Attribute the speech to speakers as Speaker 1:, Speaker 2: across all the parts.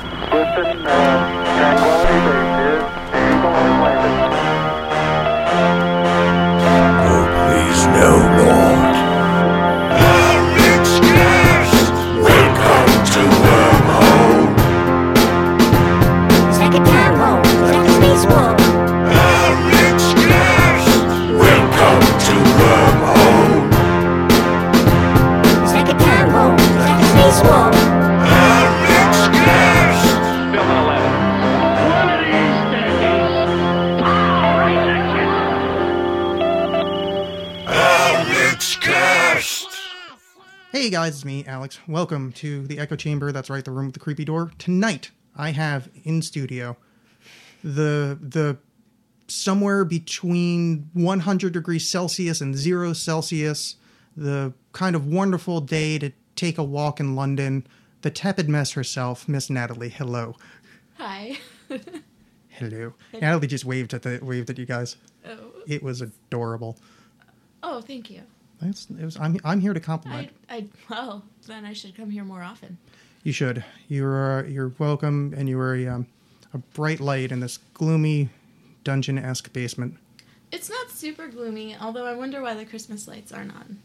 Speaker 1: Houston, uh, Tranquility Base here. The Eagle has landed.
Speaker 2: Oh, please, no, Lord. Welcome to Wormhole.
Speaker 3: It's like a time hole. It's like a space war.
Speaker 2: Welcome to Wormhole.
Speaker 3: It's like a time hole. It's like a space war.
Speaker 4: One of these days, I'll raise a kid.
Speaker 5: Hey guys, it's me, Alex. Welcome to the Echo Chamber. That's right, the room with the creepy door. Tonight, I have in studio the the somewhere between 100 degrees Celsius and 0 Celsius, the kind of wonderful day to take a walk in London, the tepid mess herself, Miss Natalie. Hello.
Speaker 6: Hi.
Speaker 5: Hello. Natalie just waved at the waved at you guys.
Speaker 6: Oh,
Speaker 5: It was adorable.
Speaker 6: oh thank you.
Speaker 5: That's, it was, I'm, I'm here to compliment.
Speaker 6: I, I, well, then I should come here more often.
Speaker 5: You should. You're uh, you're welcome, and you are a, um, a bright light in this gloomy, dungeon-esque basement.
Speaker 6: It's not super gloomy, although I wonder why the Christmas lights aren't on.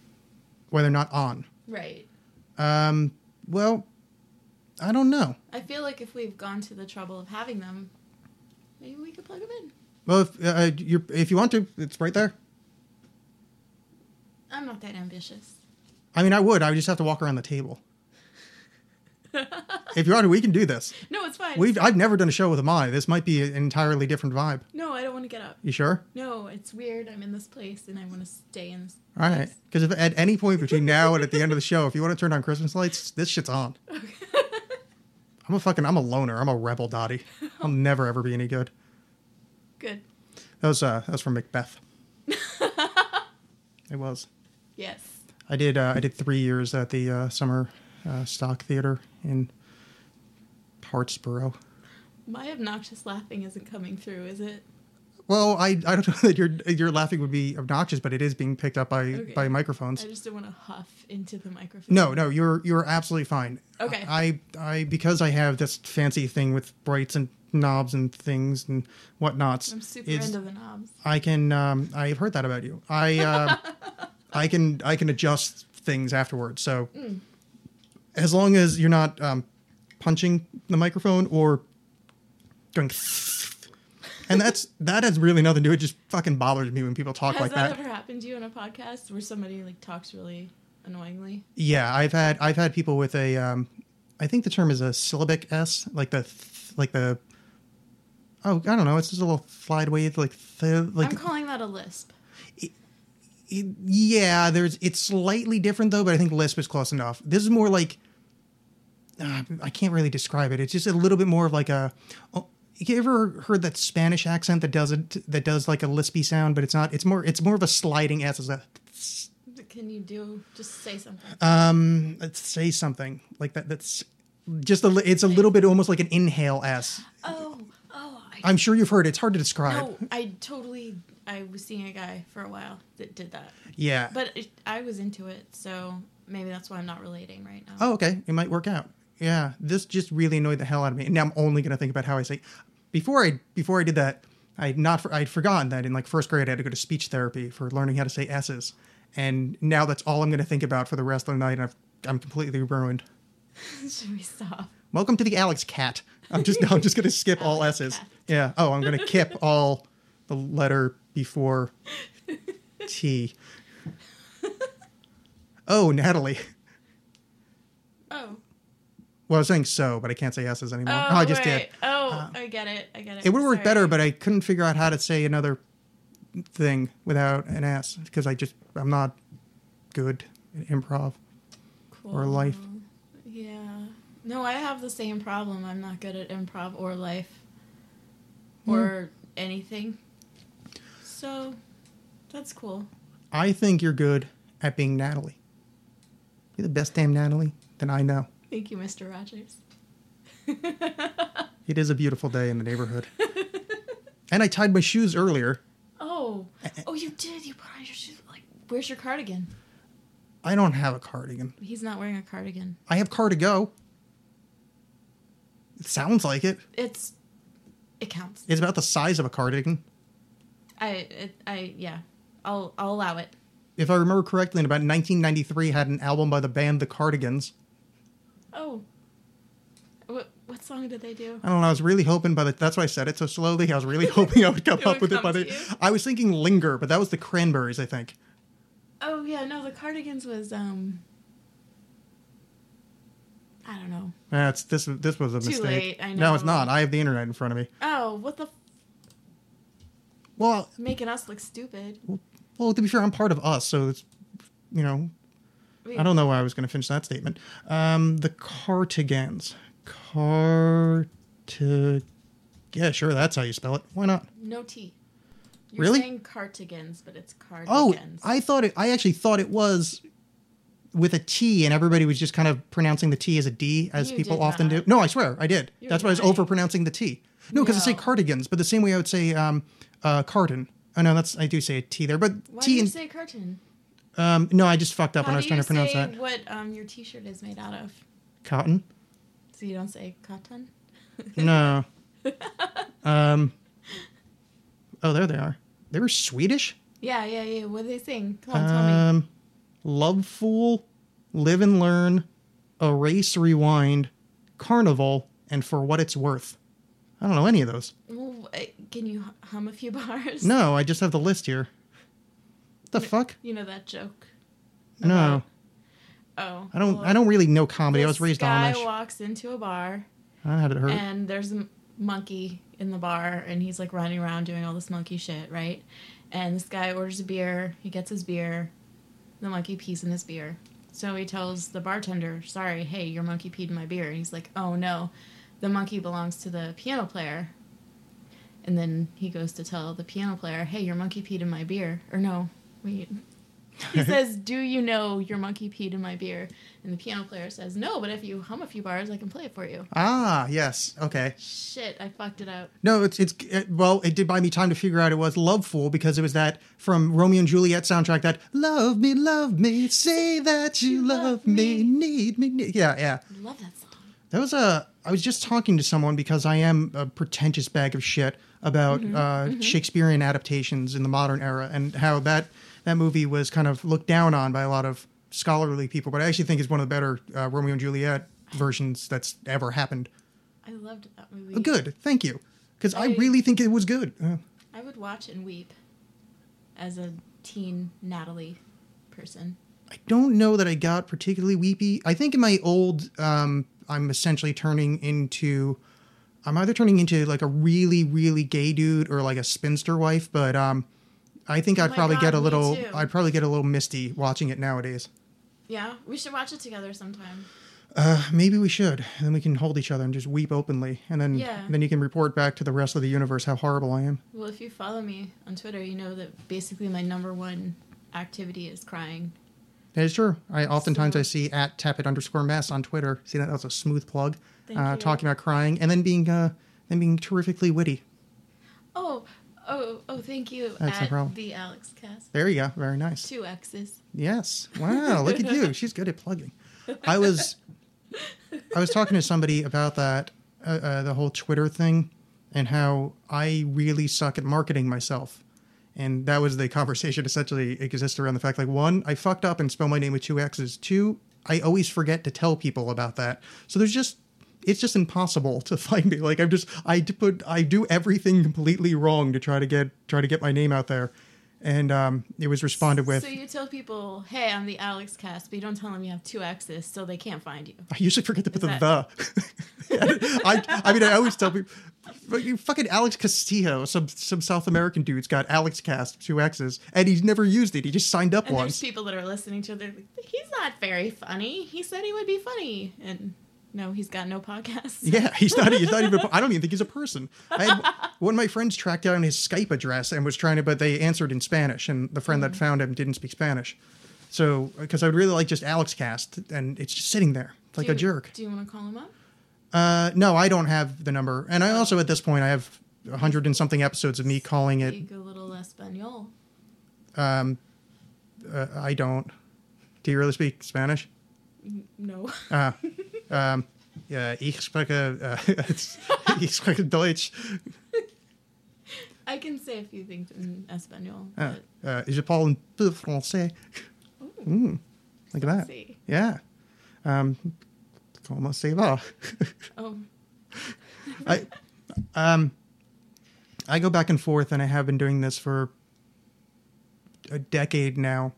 Speaker 5: Why they're not on?
Speaker 6: Right.
Speaker 5: Um. Well, I don't know.
Speaker 6: I feel like if we've gone to the trouble of having them, maybe we could plug them in.
Speaker 5: Well, if uh, you if you want to, it's right there.
Speaker 6: I'm not that ambitious.
Speaker 5: I mean, I would. I would just have to walk around the table. if you want, to, we can do this.
Speaker 6: No, it's fine.
Speaker 5: We've I've never done a show with a Amai. This might be an entirely different vibe.
Speaker 6: No, I don't want to get up.
Speaker 5: You sure?
Speaker 6: No, it's weird. I'm in this place and I want to stay in this.
Speaker 5: All right. Because if at any point between now and at the end of the show, if you want to turn on Christmas lights, this shit's on. I'm a fucking I'm a loner. I'm a rebel, Dottie. I'll never ever be any good.
Speaker 6: Good.
Speaker 5: That was uh, that was from Macbeth. it was.
Speaker 6: Yes.
Speaker 5: I did uh, I did three years at the uh, summer uh, stock theater in Hartsboro.
Speaker 6: My obnoxious laughing isn't coming through, is it?
Speaker 5: Well, I, I don't know that your your laughing would be obnoxious, but it is being picked up by
Speaker 6: Okay.
Speaker 5: by
Speaker 6: I
Speaker 5: microphones.
Speaker 6: just don't want to huff into the microphone.
Speaker 5: No, no, you're you're absolutely fine.
Speaker 6: Okay.
Speaker 5: I I because I have this fancy thing with brights and knobs and things and whatnots.
Speaker 6: I'm super
Speaker 5: it's-
Speaker 6: into the knobs.
Speaker 5: I can um, I've heard that about you. I uh, I can I can adjust things afterwards. So
Speaker 6: Mm.
Speaker 5: as long as you're not um, punching the microphone or going and that's that has really nothing to do. It just fucking bothers me when people talk
Speaker 6: Has
Speaker 5: like
Speaker 6: that,
Speaker 5: that.
Speaker 6: ever happened to you on a podcast where somebody like talks really annoyingly?
Speaker 5: Yeah, I've had I've had people with a um, I think the term is a syllabic s, like the th- like the oh I don't know, it's just a little slide wave like th- like
Speaker 6: I'm calling that a lisp.
Speaker 5: it- yeah, there's it's slightly different though, but I think Lisp is close enough. This is more like uh, I can't really describe it. It's just a little bit more of like a. Oh, you ever heard that Spanish accent that does it that does like a lispy sound, but it's not. It's more. It's more of a sliding s. As a
Speaker 6: Can you do just say something?
Speaker 5: um, let's say something like that. That's just a. li- It's a little bit almost like an inhale s.
Speaker 6: oh, oh, I
Speaker 5: I'm sure you've heard. it. It's hard to describe.
Speaker 6: no, I totally. I was seeing a guy for a while that did that,
Speaker 5: Yeah.
Speaker 6: but it, I was into it, so maybe that's why I'm not relating right now.
Speaker 5: oh, okay, it might work out. Yeah, this just really annoyed the hell out of me. And now I'm only gonna think about how I say. Before I before I did that, I had not I'd forgotten that in like first grade I had to go to speech therapy for learning how to say s's, and now that's all I'm gonna think about for the rest of the night, and I've, I'm completely ruined. Oh.
Speaker 6: Should we stop?
Speaker 5: Welcome to the Alex Cat. I'm just I'm just gonna skip all
Speaker 6: Alex
Speaker 5: s's.
Speaker 6: Cat.
Speaker 5: Yeah. Oh, I'm gonna kip all the letter before t. Oh, Natalie.
Speaker 6: Oh,
Speaker 5: Well, I was saying so, but I can't say s's anymore.
Speaker 6: oh,
Speaker 5: Oh, I just did. Uh,
Speaker 6: right. Oh, I get it. I get it.
Speaker 5: It would work
Speaker 6: Sorry.
Speaker 5: better, but I couldn't figure out how to say another thing without an S because I just I'm not good at improv or life.
Speaker 6: Um, Yeah. No, I have the same problem. I'm not good at improv or life
Speaker 5: Hmm.
Speaker 6: or anything. So that's cool.
Speaker 5: I think you're good at being Natalie. You're the best damn Natalie that I know.
Speaker 6: Thank you, Mr. Rogers.
Speaker 5: It is a beautiful day in the neighborhood. and I tied my shoes earlier.
Speaker 6: Oh. Oh, you did. You put on your shoes. Like, where's your cardigan?
Speaker 5: I don't have a cardigan.
Speaker 6: He's not wearing a cardigan.
Speaker 5: I have car to go. It sounds like it.
Speaker 6: It's it counts.
Speaker 5: It's about the size of a cardigan.
Speaker 6: I it, I yeah. I'll I'll allow it.
Speaker 5: If I remember correctly, in about 1993, had an album by the band The Cardigans.
Speaker 6: Oh. What what song did they do?
Speaker 5: I don't know. I was really hoping by the that's why I said it so slowly. I was really hoping I would come
Speaker 6: It
Speaker 5: up
Speaker 6: would
Speaker 5: with it
Speaker 6: come
Speaker 5: by
Speaker 6: to
Speaker 5: the.
Speaker 6: you.
Speaker 5: I was thinking "Linger," but that was the Cranberries, I think.
Speaker 6: Oh yeah, no, the Cardigans was um I don't know.
Speaker 5: That's this. This was a mistake.
Speaker 6: late, I
Speaker 5: No, it's
Speaker 6: know.
Speaker 5: not. I have the internet in front of me.
Speaker 6: Oh, what the f-
Speaker 5: Well,
Speaker 6: making us look stupid.
Speaker 5: well. To be fair, I'm part of us, so it's you know.
Speaker 6: Wait,
Speaker 5: I don't know why I was going to finish that statement. Um, the Cartigans. Cartig. Yeah, sure. That's how you spell it. Why not?
Speaker 6: No T. You're
Speaker 5: Really?
Speaker 6: saying cartigans, but it's
Speaker 5: Oh,
Speaker 6: cardigans.
Speaker 5: I thought it. I actually thought it was with a T, and everybody was just kind of pronouncing the T as a D, as
Speaker 6: You
Speaker 5: people
Speaker 6: did
Speaker 5: often
Speaker 6: not.
Speaker 5: do. No, I swear, I did.
Speaker 6: You're
Speaker 5: That's why I was
Speaker 6: lying.
Speaker 5: over pronouncing the T. No, because I say
Speaker 6: No.
Speaker 5: cardigans, but the same way I would say um, uh, carton. Oh no, that's I do say a T there, but
Speaker 6: Why do
Speaker 5: T
Speaker 6: you
Speaker 5: and
Speaker 6: say curtain?
Speaker 5: um, no, I just fucked up when I
Speaker 6: How
Speaker 5: was
Speaker 6: do
Speaker 5: trying
Speaker 6: you
Speaker 5: to pronounce
Speaker 6: say
Speaker 5: that.
Speaker 6: what um, your T-shirt is made out of?
Speaker 5: Cotton.
Speaker 6: So you don't say cotton.
Speaker 5: No. um. Oh, there they are. They were Swedish.
Speaker 6: Yeah, yeah, yeah. What do they sing? Come on, Oh, tell me.
Speaker 5: Um, Love Fool, Live and Learn, Erase Rewind, Carnival, and For What It's Worth. I don't know any of those.
Speaker 6: Well, I- can you hu- hum a few bars?
Speaker 5: No, I just have the list here. The fuck?
Speaker 6: You know that joke.
Speaker 5: No,
Speaker 6: Oh.
Speaker 5: I don't.
Speaker 6: well,
Speaker 5: I don't really know comedy. I was
Speaker 6: this
Speaker 5: raised
Speaker 6: guy
Speaker 5: Amish.
Speaker 6: walks into a bar
Speaker 5: I had it hurt.
Speaker 6: and there's a m- monkey in the bar and he's like running around doing all this monkey shit, right? And this guy orders a beer. He gets his beer. The monkey pees in his beer. So he tells the bartender, "Sorry, hey, your monkey peed in my beer." And he's like, "Oh no, the monkey belongs to the piano player." And then he goes to tell the piano player, "Hey, your monkey peed in my beer." Or no, wait. He says, "Do you know your monkey peed in my beer?" And the piano player says, "No, but if you hum a few bars, I can play it for you."
Speaker 5: Ah, yes. Okay.
Speaker 6: Shit, I fucked it up.
Speaker 5: No, it's it's it, well, it did buy me time to figure out it was Love Fool because it was that from Romeo and Juliet soundtrack that Love me, love me, say that you love me, need me, need. yeah, yeah.
Speaker 6: I love that song.
Speaker 5: That was a. I was just talking to someone because I am a pretentious bag of shit about uh, Shakespearean adaptations in the modern era and how that that movie was kind of looked down on by a lot of scholarly people. But I actually think it's one of the better uh, Romeo and Juliet versions that's ever happened.
Speaker 6: I loved that movie.
Speaker 5: Uh, Good, thank you, because I
Speaker 6: I-
Speaker 5: really think it was good. Uh,
Speaker 6: I would watch and weep as a teen Natalie person.
Speaker 5: I don't know that I got particularly weepy. I think in my old, um, I'm essentially turning into, I'm either turning into like a really, really gay dude or like a spinster wife. But um, I think I'd
Speaker 6: Oh my
Speaker 5: probably
Speaker 6: God,
Speaker 5: get a
Speaker 6: me
Speaker 5: little,
Speaker 6: too.
Speaker 5: I'd probably get a little misty watching it nowadays.
Speaker 6: Yeah, we should watch it together sometime.
Speaker 5: Maybe we should. And then we can hold each other and just weep openly, and then
Speaker 6: Yeah.
Speaker 5: then you can report back to the rest of the universe how horrible I am.
Speaker 6: Well, if you follow me on Twitter, you know that basically my number one activity is crying.
Speaker 5: That is true. I oftentimes
Speaker 6: So-
Speaker 5: I see at tappet underscore mess on Twitter. See that that's a smooth plug.
Speaker 6: Thank
Speaker 5: uh,
Speaker 6: you.
Speaker 5: Talking about crying and then being uh, then being terrifically witty.
Speaker 6: Oh, oh, oh, thank you.
Speaker 5: That's no
Speaker 6: at
Speaker 5: problem.
Speaker 6: The Alex Cast.
Speaker 5: There you go. Very nice.
Speaker 6: Two X's.
Speaker 5: Yes. Wow. look at you. She's good at plugging. I was, I was talking to somebody about that, uh, uh, the whole Twitter thing, and how I really suck at marketing myself, and that was the conversation essentially exists around the fact like one, I fucked up and spell my name with two X's. Two, I always forget to tell people about that. So there's just. It's just impossible to find me. Like I'm just, I d- put, I do everything completely wrong to try to get, try to get my name out there, and um, it was responded with.
Speaker 6: So you tell people, hey, I'm the Alex Cast, but you don't tell them you have two X's, so they can't find you.
Speaker 5: I usually forget to put the
Speaker 6: Is
Speaker 5: the. I, I mean, I always tell people, "Fuck you fucking Alex Castillo, some some South American dude's got Alex Cast, two X's, and he's never used it. He just signed up
Speaker 6: And there's
Speaker 5: once.
Speaker 6: people that are listening to it. They're like, he's not very funny. He said he would be funny. And no, he's got no podcast.
Speaker 5: Yeah, he's not. He's not even. I don't even think he's a person. I had, one of my friends tracked down his Skype address and was trying to, but they answered in Spanish, and the friend
Speaker 6: Mm.
Speaker 5: that found him didn't speak Spanish. So, because I would really like just Alex Cast, and it's just sitting there It's like
Speaker 6: Do
Speaker 5: a
Speaker 6: you-
Speaker 5: jerk.
Speaker 6: Do you want to call him up?
Speaker 5: Uh, no, I don't have the number, and I also at this point I have a hundred and something episodes of me calling it.
Speaker 6: Speak a little Espanol.
Speaker 5: Uh, I don't. Do you really speak Spanish?
Speaker 6: No.
Speaker 5: Uh, Ah, um, Uh, ich spreche, uh, it's- ich spreche Deutsch.
Speaker 6: I can say a few things in Espanol.
Speaker 5: Uh,
Speaker 6: but-
Speaker 5: uh, je parle un peu français. Mm, look at that.
Speaker 6: fancy.
Speaker 5: Yeah. Um, como se va?
Speaker 6: oh,
Speaker 5: I, um, I go back and forth, and I have been doing this for a decade now,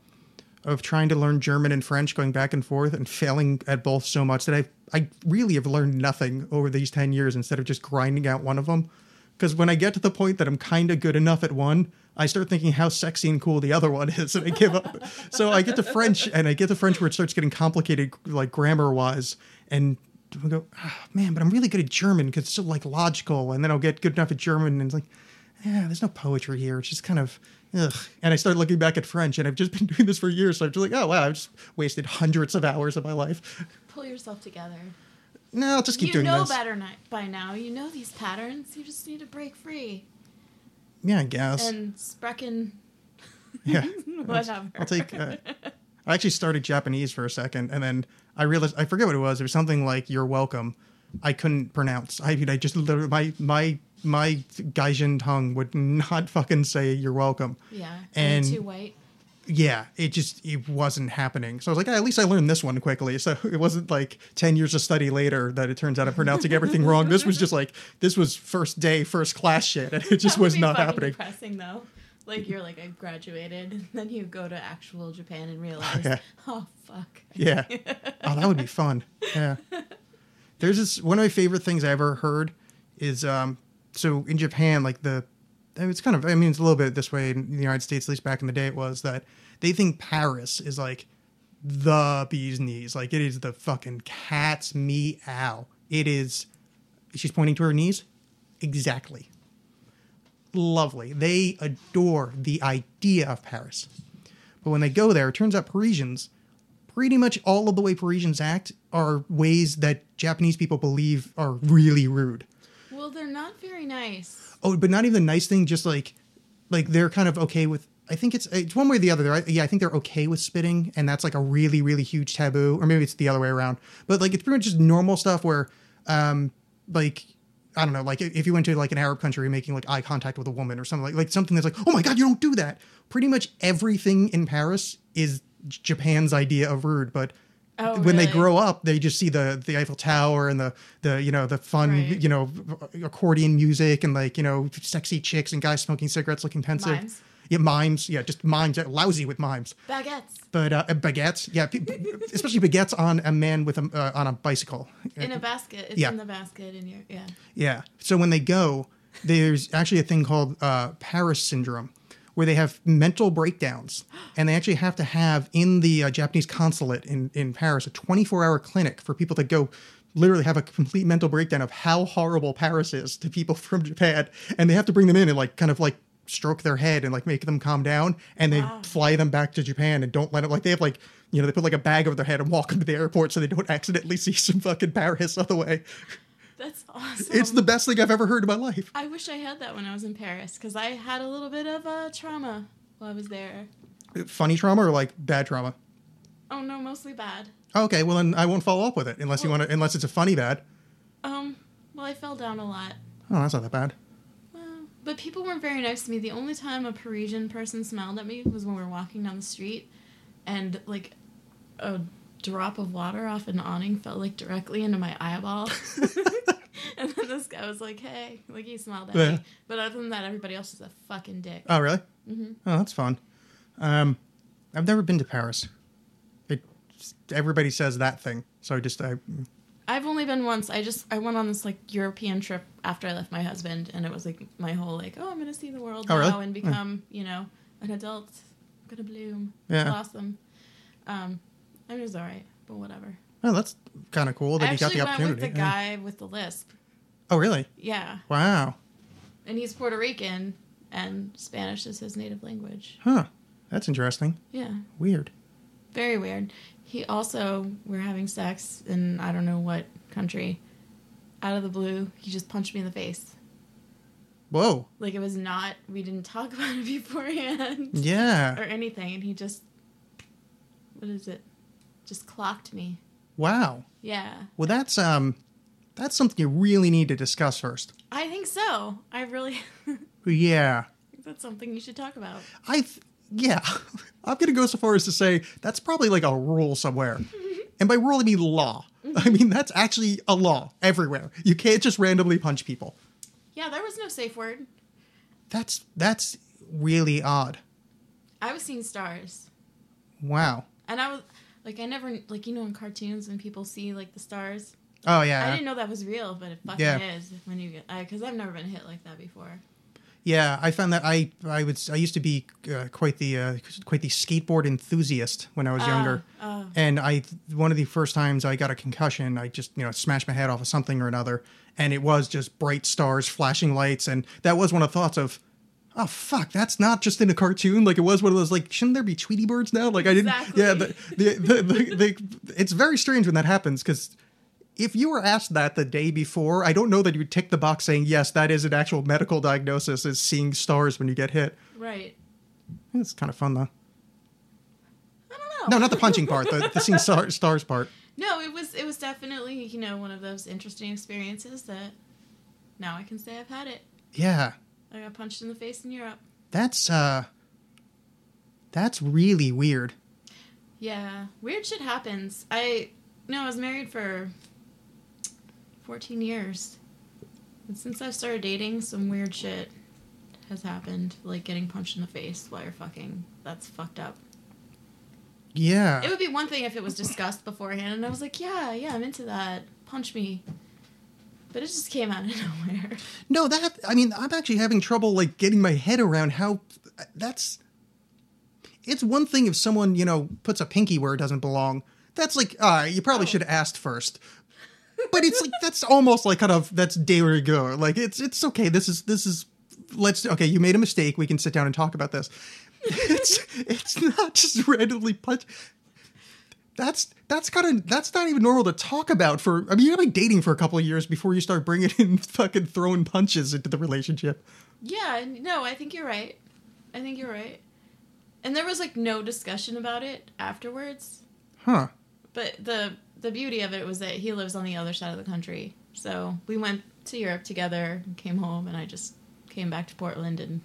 Speaker 5: of trying to learn German and French, going back and forth, and failing at both so much that I I really have learned nothing over these ten years instead of just grinding out one of them. Because when I get to the point that I'm kind of good enough at one, I start thinking how sexy and cool the other one is, and I give up. so I get to French, and I get to French where it starts getting complicated, like grammar wise, and I go, "Ah, man, but I'm really good at German because it's so like logical, and then I'll get good enough at German, and it's like, yeah, there's no poetry here. It's just kind of ugh. And I started looking back at French, and I've just been doing this for years. So I'm just like, oh wow, I've just wasted hundreds of hours of my life.
Speaker 6: pull yourself together.
Speaker 5: No, I'll just keep
Speaker 6: you
Speaker 5: doing
Speaker 6: know
Speaker 5: this.
Speaker 6: better ni- by now. You know these patterns. You just need to break free.
Speaker 5: Yeah, I guess.
Speaker 6: And sprechen,
Speaker 5: yeah,
Speaker 6: whatever.
Speaker 5: I'll take. Uh, I actually started Japanese for a second, and then I realized I forget what it was. It was something like "You're welcome." I couldn't pronounce. I mean, I just literally my my my Gaijin tongue would not fucking say "You're welcome."
Speaker 6: yeah.
Speaker 5: and-
Speaker 6: too white.
Speaker 5: yeah, it just it wasn't happening. So I was like, "Ah, at least I learned this one quickly. So it wasn't like ten years of study later that it turns out I'm pronouncing everything wrong. This was just like this was first day, first class shit, and it just
Speaker 6: That would
Speaker 5: was
Speaker 6: be
Speaker 5: not
Speaker 6: fucking
Speaker 5: happening.
Speaker 6: Depressing though. Like you're like I graduated, and then you go to actual Japan and realize,
Speaker 5: Yeah.
Speaker 6: oh fuck.
Speaker 5: Yeah. oh, that would be fun. Yeah. There's this one of my favorite things I ever heard is um so in Japan like the I mean, it's kind of I mean it's a little bit this way in the United States at least back in the day it was that they think Paris is like the bee's knees like it is the fucking cat's meow it is she's pointing to her knees exactly lovely they adore the idea of Paris but when they go there, it turns out Parisians, pretty much all of the way Parisians act are ways that Japanese people believe are really rude.
Speaker 6: Well, they're not very nice.
Speaker 5: Oh, but not even the nice thing, just like, like they're kind of okay with. I think it's it's one way or the other. They're, yeah, I think they're okay with spitting, and that's like a really really huge taboo, or maybe it's the other way around. But like it's pretty much just normal stuff where, um, like. I don't know, like if you went to like an Arab country making like eye contact with a woman or something like like something that's like, oh my god, you don't do that. Pretty much everything in Paris is J- Japan's idea of rude, but
Speaker 6: Oh,
Speaker 5: when they
Speaker 6: really?
Speaker 5: grow up, they just see the the Eiffel Tower and the the you know the fun
Speaker 6: Right.
Speaker 5: you know accordion music and like you know sexy chicks and guys smoking cigarettes looking pensive.
Speaker 6: Mimes.
Speaker 5: Yeah, mimes. Yeah, just mimes. Lousy with mimes,
Speaker 6: Baguettes
Speaker 5: but uh, baguettes. Yeah, pe- especially baguettes on a man with a uh, on a bicycle.
Speaker 6: in a basket. It's
Speaker 5: Yeah.
Speaker 6: in the basket in your yeah.
Speaker 5: Yeah. So when they go, there's actually a thing called uh, Paris syndrome, where they have mental breakdowns, and they actually have to have in the uh, Japanese consulate in in Paris a 24 hour clinic for people to go. Literally have a complete mental breakdown of how horrible Paris is to people from Japan, and they have to bring them in and like kind of like stroke their head and like make them calm down, and they fly them back to Japan and don't let it like they have like you know they put like a bag over their head and walk them to the airport so they don't accidentally see some fucking Paris on the way.
Speaker 6: That's awesome.
Speaker 5: It's the best thing I've ever heard in my life.
Speaker 6: I wish I had that when I was in Paris because I had a little bit of uh, trauma while I was there.
Speaker 5: Funny trauma or like bad trauma?
Speaker 6: Oh no, mostly bad.
Speaker 5: Okay, well then I won't follow up with it unless you want to. Unless it's a funny bad.
Speaker 6: Um, well, I fell down a lot.
Speaker 5: Oh, that's not that bad.
Speaker 6: Well, but people weren't very nice to me. The only time a Parisian person smiled at me was when we were walking down the street, and like a drop of water off an awning fell like directly into my eyeball. and then this guy was like, "Hey," like he smiled at
Speaker 5: Yeah.
Speaker 6: me. But other than that, everybody else was a fucking dick.
Speaker 5: Oh, really? Mm-hmm. Oh, that's fun. Um, I've never been to Paris. It everybody says that thing, so I just I
Speaker 6: I've only been once. I just I went on this like European trip after I left my husband, and it was like my whole like, "Oh, I'm gonna see the world
Speaker 5: Oh,
Speaker 6: now
Speaker 5: really?
Speaker 6: and become, you know, an adult. I'm gonna bloom,
Speaker 5: Yeah.
Speaker 6: blossom." Um, I mean, it was all right, but whatever.
Speaker 5: oh that's kind of cool that
Speaker 6: I
Speaker 5: you got
Speaker 6: actually
Speaker 5: the
Speaker 6: went with
Speaker 5: opportunity.
Speaker 6: the
Speaker 5: Yeah.
Speaker 6: guy with the lisp.
Speaker 5: Oh, really?
Speaker 6: Yeah,
Speaker 5: Wow.
Speaker 6: and he's Puerto Rican, and Spanish is his native language.
Speaker 5: Huh. That's interesting.
Speaker 6: Yeah,
Speaker 5: Weird.
Speaker 6: very weird. He also we're having sex in I don't know what country. Out of the blue, he just punched me in the face.
Speaker 5: Whoa.
Speaker 6: Like it was not. We didn't talk about it beforehand or
Speaker 5: Yeah.
Speaker 6: anything, and he just what is it? Just clocked me.
Speaker 5: Wow.
Speaker 6: Yeah.
Speaker 5: Well, that's um, That's something you really need to discuss first.
Speaker 6: I think so. I really
Speaker 5: Yeah.
Speaker 6: that's something you should talk about.
Speaker 5: I th- yeah, I'm gonna go so far as to say that's probably like a rule somewhere,
Speaker 6: Mm-hmm.
Speaker 5: and by rule I mean law. I mean that's actually a law everywhere. You can't just randomly punch people.
Speaker 6: Yeah, there was no safe word.
Speaker 5: That's that's really odd.
Speaker 6: I was seeing stars.
Speaker 5: Wow.
Speaker 6: And I was like I never like you know in cartoons when people see like the stars.
Speaker 5: Oh
Speaker 6: I
Speaker 5: yeah,
Speaker 6: didn't know that was real, but it fucking
Speaker 5: Yeah.
Speaker 6: is when you get because I've never been hit like that before.
Speaker 5: yeah. I found that I I would I used to be uh, quite the uh, quite the skateboard enthusiast when I was younger.
Speaker 6: oh.
Speaker 5: And I one of the first times I got a concussion, I just you know smashed my head off of something or another, and it was just bright stars, flashing lights, and that was one of the thoughts of, oh fuck, that's not just in a cartoon. Like it was one of those like, shouldn't there be Tweety birds now? Like I didn't.
Speaker 6: Exactly.
Speaker 5: Yeah, the, the, the, the, the, it's very strange when that happens because. If you were asked that the day before, I don't know that you'd tick the box saying yes, that is an actual medical diagnosis is seeing stars when you get hit.
Speaker 6: Right.
Speaker 5: It's kind of fun though.
Speaker 6: I don't
Speaker 5: No,
Speaker 6: know.
Speaker 5: not the punching part, the, the seeing star, stars part.
Speaker 6: No, it was it was definitely you know one of those interesting experiences that now I can say I've had it.
Speaker 5: Yeah.
Speaker 6: I got punched in the face in Europe.
Speaker 5: That's uh That's really weird.
Speaker 6: Yeah, weird shit happens. I no, I was married for fourteen years, and since I've started dating, some weird shit has happened, like getting punched in the face while you're fucking. That's fucked up. It
Speaker 5: Yeah.
Speaker 6: would be one thing if it was discussed beforehand, and I was like, yeah, yeah, I'm into that. Punch me. But it just came out of nowhere.
Speaker 5: No, that I mean, I'm actually having trouble like getting my head around how that's It's one thing if someone, you know, puts a pinky where it doesn't belong. That's like, all right, you probably should have asked first. But it's like that's almost like kind of that's de rigueur. Like it's it's okay. This is this is let's okay, you made a mistake. We can sit down and talk about this. It's it's not just randomly punch that's that's kind of that's not even normal to talk about for i mean you're like dating for a couple of years before you start bringing in fucking throwing punches into the relationship
Speaker 6: Yeah, no, I think you're right. I think you're right. And there was like no discussion about it afterwards.
Speaker 5: huh
Speaker 6: But the the beauty of it was that he lives on the other side of the country. So we went to Europe together, came home, and I just came back to Portland and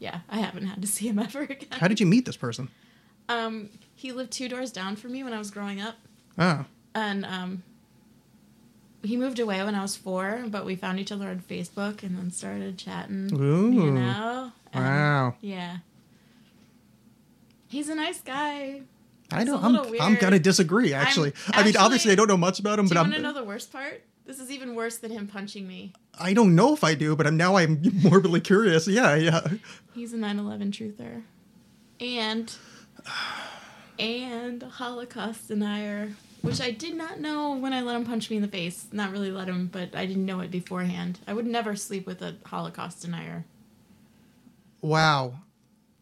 Speaker 6: yeah, I haven't had to see him ever again.
Speaker 5: how did you meet this person
Speaker 6: um he lived two doors down from me when I was growing up
Speaker 5: oh
Speaker 6: and um he moved away when I was four, but we found each other on Facebook and then started chatting. You
Speaker 5: Ooh.
Speaker 6: know? And,
Speaker 5: Wow.
Speaker 6: Yeah. He's a nice guy.
Speaker 5: i
Speaker 6: It's a
Speaker 5: don't i'm,
Speaker 6: little
Speaker 5: I'm gonna
Speaker 6: weird.
Speaker 5: disagree actually i mean
Speaker 6: actually-
Speaker 5: obviously i don't know much about him
Speaker 6: Do
Speaker 5: but
Speaker 6: you
Speaker 5: i'm
Speaker 6: want to know the worst part? This is even worse than him punching me.
Speaker 5: i don't know if i do but i'm now i'm morbidly curious yeah yeah
Speaker 6: He's a 9/11 truther, and and a Holocaust denier, which I did not know when I let him punch me in the face. Not really let him, but I didn't know it beforehand. I would never sleep with a Holocaust denier.
Speaker 5: wow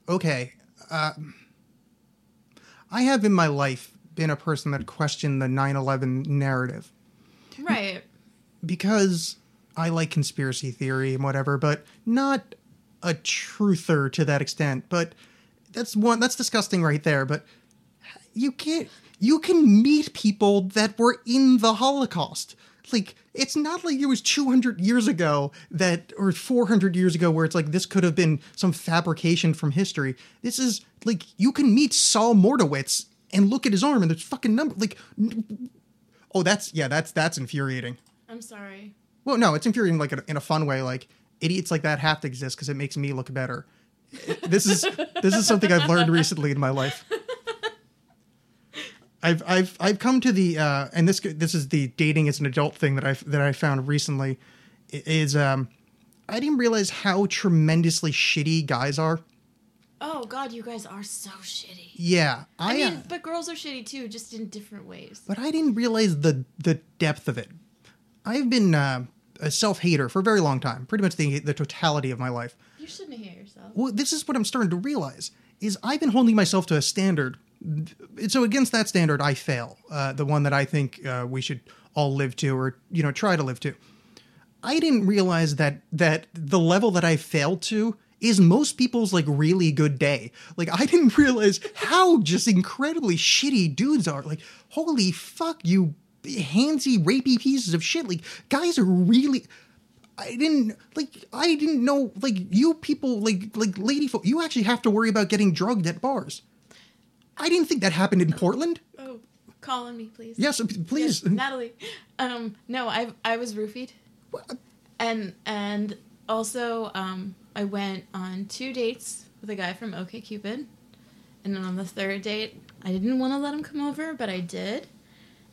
Speaker 5: okay uh, i have in my life been a person that questioned the 9-11 narrative
Speaker 6: Right.
Speaker 5: because I like conspiracy theory and whatever, but not a truther to that extent. But that's one that's disgusting right there. But you can't you can meet people that were in the Holocaust. Like it's not like it was 200 years ago that or 400 years ago where it's like this could have been some fabrication from history. This is like you can meet Saul Mordowitz and look at his arm and there's fucking number like n- oh that's yeah that's that's infuriating.
Speaker 6: I'm sorry.
Speaker 5: Well, no, it's infuriating like in a- in a fun way. Like idiots like that have to exist because it makes me look better. This is this is something I've learned recently in my life. I've I've I've come to the uh, and this this is the dating as an adult thing that I that I found recently i- is um I didn't realize how tremendously shitty guys are.
Speaker 6: Oh God, you guys are so shitty.
Speaker 5: Yeah, I,
Speaker 6: I
Speaker 5: uh,
Speaker 6: mean, but girls are shitty too, just in different ways.
Speaker 5: but I didn't realize the the depth of it. I've been uh, a self hater for a very long time, pretty much the the totality of my life.
Speaker 6: You shouldn't hate yourself.
Speaker 5: well, this is what I'm starting to realize is I've been holding myself to a standard. And So against that standard, I fail. Uh, the one that I think uh, we should all live to, or you know, try to live to. I didn't realize that that the level that I failed to is most people's like really good day. Like I didn't realize how just incredibly shitty dudes are. Like holy fuck, you handsy, rapey pieces of shit. Like guys are really. I didn't like. I didn't know. Like you people, like like lady folk, you actually have to worry about getting drugged at bars. I didn't think that happened in Portland.
Speaker 6: Oh, call on me, please.
Speaker 5: Yes, p- please.
Speaker 6: Yes, Natalie. Um, no, I I was roofied, and and also um, I went on two dates with a guy from OK Cupid, and then on the third date I didn't want to let him come over, but I did,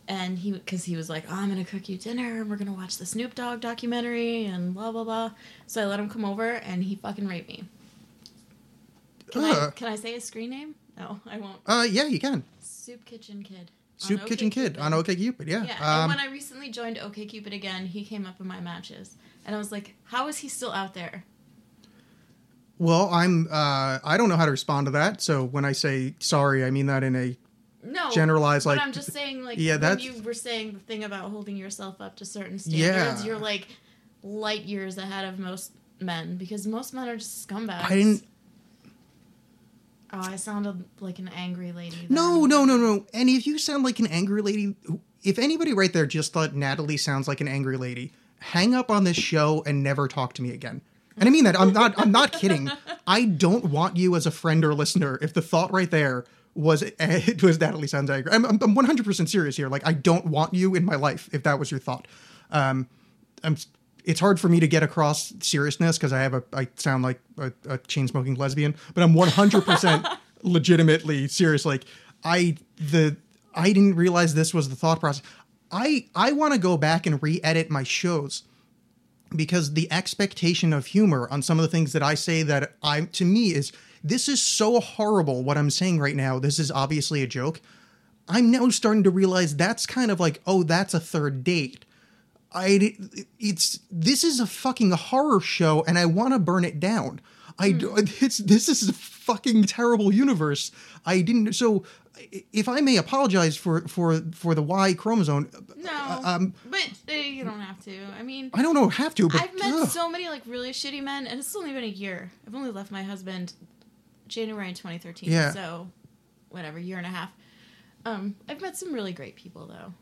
Speaker 6: and he because he was like, oh, I'm gonna cook you dinner, and we're gonna watch the Snoop Dogg documentary, and blah blah blah. So I let him come over, and he fucking raped me. Can, I,
Speaker 5: Ugh.
Speaker 6: can I say his screen name? No, I won't.
Speaker 5: Uh, yeah, you can.
Speaker 6: Soup Kitchen Kid. on
Speaker 5: Soup Kitchen Kid
Speaker 6: OkCupid.
Speaker 5: on OKCupid. Yeah.
Speaker 6: Yeah,
Speaker 5: um,
Speaker 6: and when I recently joined OKCupid again, he came up in my matches, and I was like, "How is he still out there?"
Speaker 5: well, I'm. Uh, I don't know how to respond to that. So when I say sorry, I mean that in a.
Speaker 6: No,
Speaker 5: Generalize,
Speaker 6: But
Speaker 5: like-
Speaker 6: I'm just saying, like,
Speaker 5: Yeah,
Speaker 6: when
Speaker 5: that's-
Speaker 6: you were saying the thing about holding yourself up to certain
Speaker 5: Yeah.
Speaker 6: standards, you're like light years ahead of most men because most men are just scumbags.
Speaker 5: I didn't.
Speaker 6: Oh, I sounded like an angry lady. then.
Speaker 5: No, no, no, no. And if you sound like an angry lady, if anybody right there just thought Natalie sounds like an angry lady, hang up on this show and never talk to me again. And I mean that. I'm not. I'm not kidding. I don't want you as a friend or listener. If the thought right there was it was Natalie sounds angry. I'm, I'm, I'm 100% serious here. Like I don't want you in my life. If that was your thought, um, I'm. It's hard for me to get across seriousness because I have a. I sound like a, a chain smoking lesbian, but I'm 100% legitimately serious. Like I the I didn't realize this was the thought process. I I want to go back and re-edit my shows because the expectation of humor on some of the things that I say that I to me is this is so horrible what I'm saying right now. This is obviously a joke. I'm now starting to realize that's kind of like oh that's a third date. I di- it's this is a fucking horror show and I want to burn it down. I do,
Speaker 6: Hmm.
Speaker 5: it's this is a fucking terrible universe. I didn't so i- if I may apologize for for for the Y chromosome.
Speaker 6: no.
Speaker 5: um,
Speaker 6: but uh, you don't have to. I mean,
Speaker 5: I don't know have to but
Speaker 6: I've met
Speaker 5: ugh.
Speaker 6: so many like really shitty men, and it's only been a year. I've only left my husband January in 2013.
Speaker 5: Yeah.
Speaker 6: So, whatever, year and a half. Um, I've met some really great people though.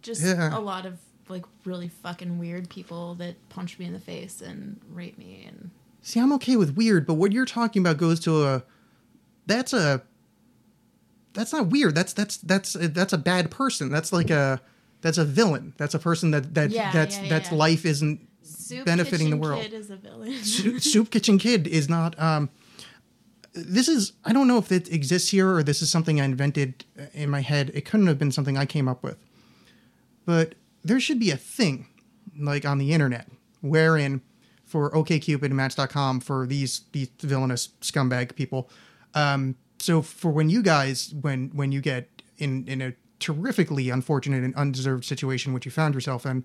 Speaker 6: Just
Speaker 5: Yeah.
Speaker 6: a lot of like really fucking weird people that punched me in the face and raped me and
Speaker 5: See, I'm okay with weird, but what you're talking about goes to a that's a that's not weird. That's that's that's that's a bad person. That's like a that's a villain. That's a person that that
Speaker 6: Yeah,
Speaker 5: that's
Speaker 6: yeah,
Speaker 5: that's
Speaker 6: yeah.
Speaker 5: life isn't
Speaker 6: Soup
Speaker 5: benefiting the
Speaker 6: Kitchen
Speaker 5: world.
Speaker 6: Kid is a villain.
Speaker 5: Soup- soup kitchen kid is not um this is i don't know if it exists here or this is something i invented uh, in my head it couldn't have been something i came up with but there should be a thing like on the internet wherein for okcupid and match.com for these these villainous scumbag people um so for when you guys when when you get in in a terrifically unfortunate and undeserved situation which you found yourself in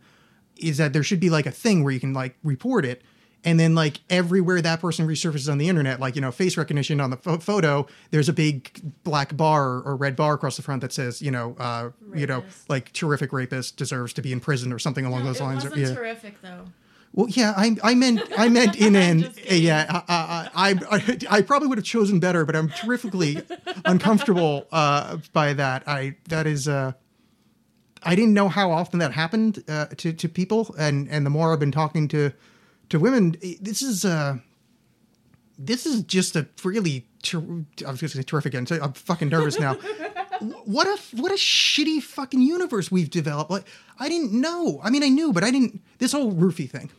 Speaker 5: is that there should be like a thing where you can like report it and then like everywhere that person resurfaces on the internet like you know face recognition on the pho- photo there's a big black bar or red bar across the front that says you know uh you know
Speaker 6: Rapist.
Speaker 5: like terrific rapist deserves to be in prison or something along
Speaker 6: No,
Speaker 5: those
Speaker 6: it
Speaker 5: lines or-
Speaker 6: wasn't
Speaker 5: yeah
Speaker 6: terrific though.
Speaker 5: well yeah i i meant i meant in an
Speaker 6: Just kidding.
Speaker 5: yeah I, I i i probably would have chosen better but i'm terrifically uncomfortable uh by that i that is uh I didn't know how often that happened uh, to to people, and and the more I've been talking to to women, i- this is uh this is just a really ter- I was going to say terrific. And I'm fucking nervous now. Wh- what a what a shitty fucking universe we've developed. Like I didn't know. I mean, I knew, but I didn't. This whole roofie thing.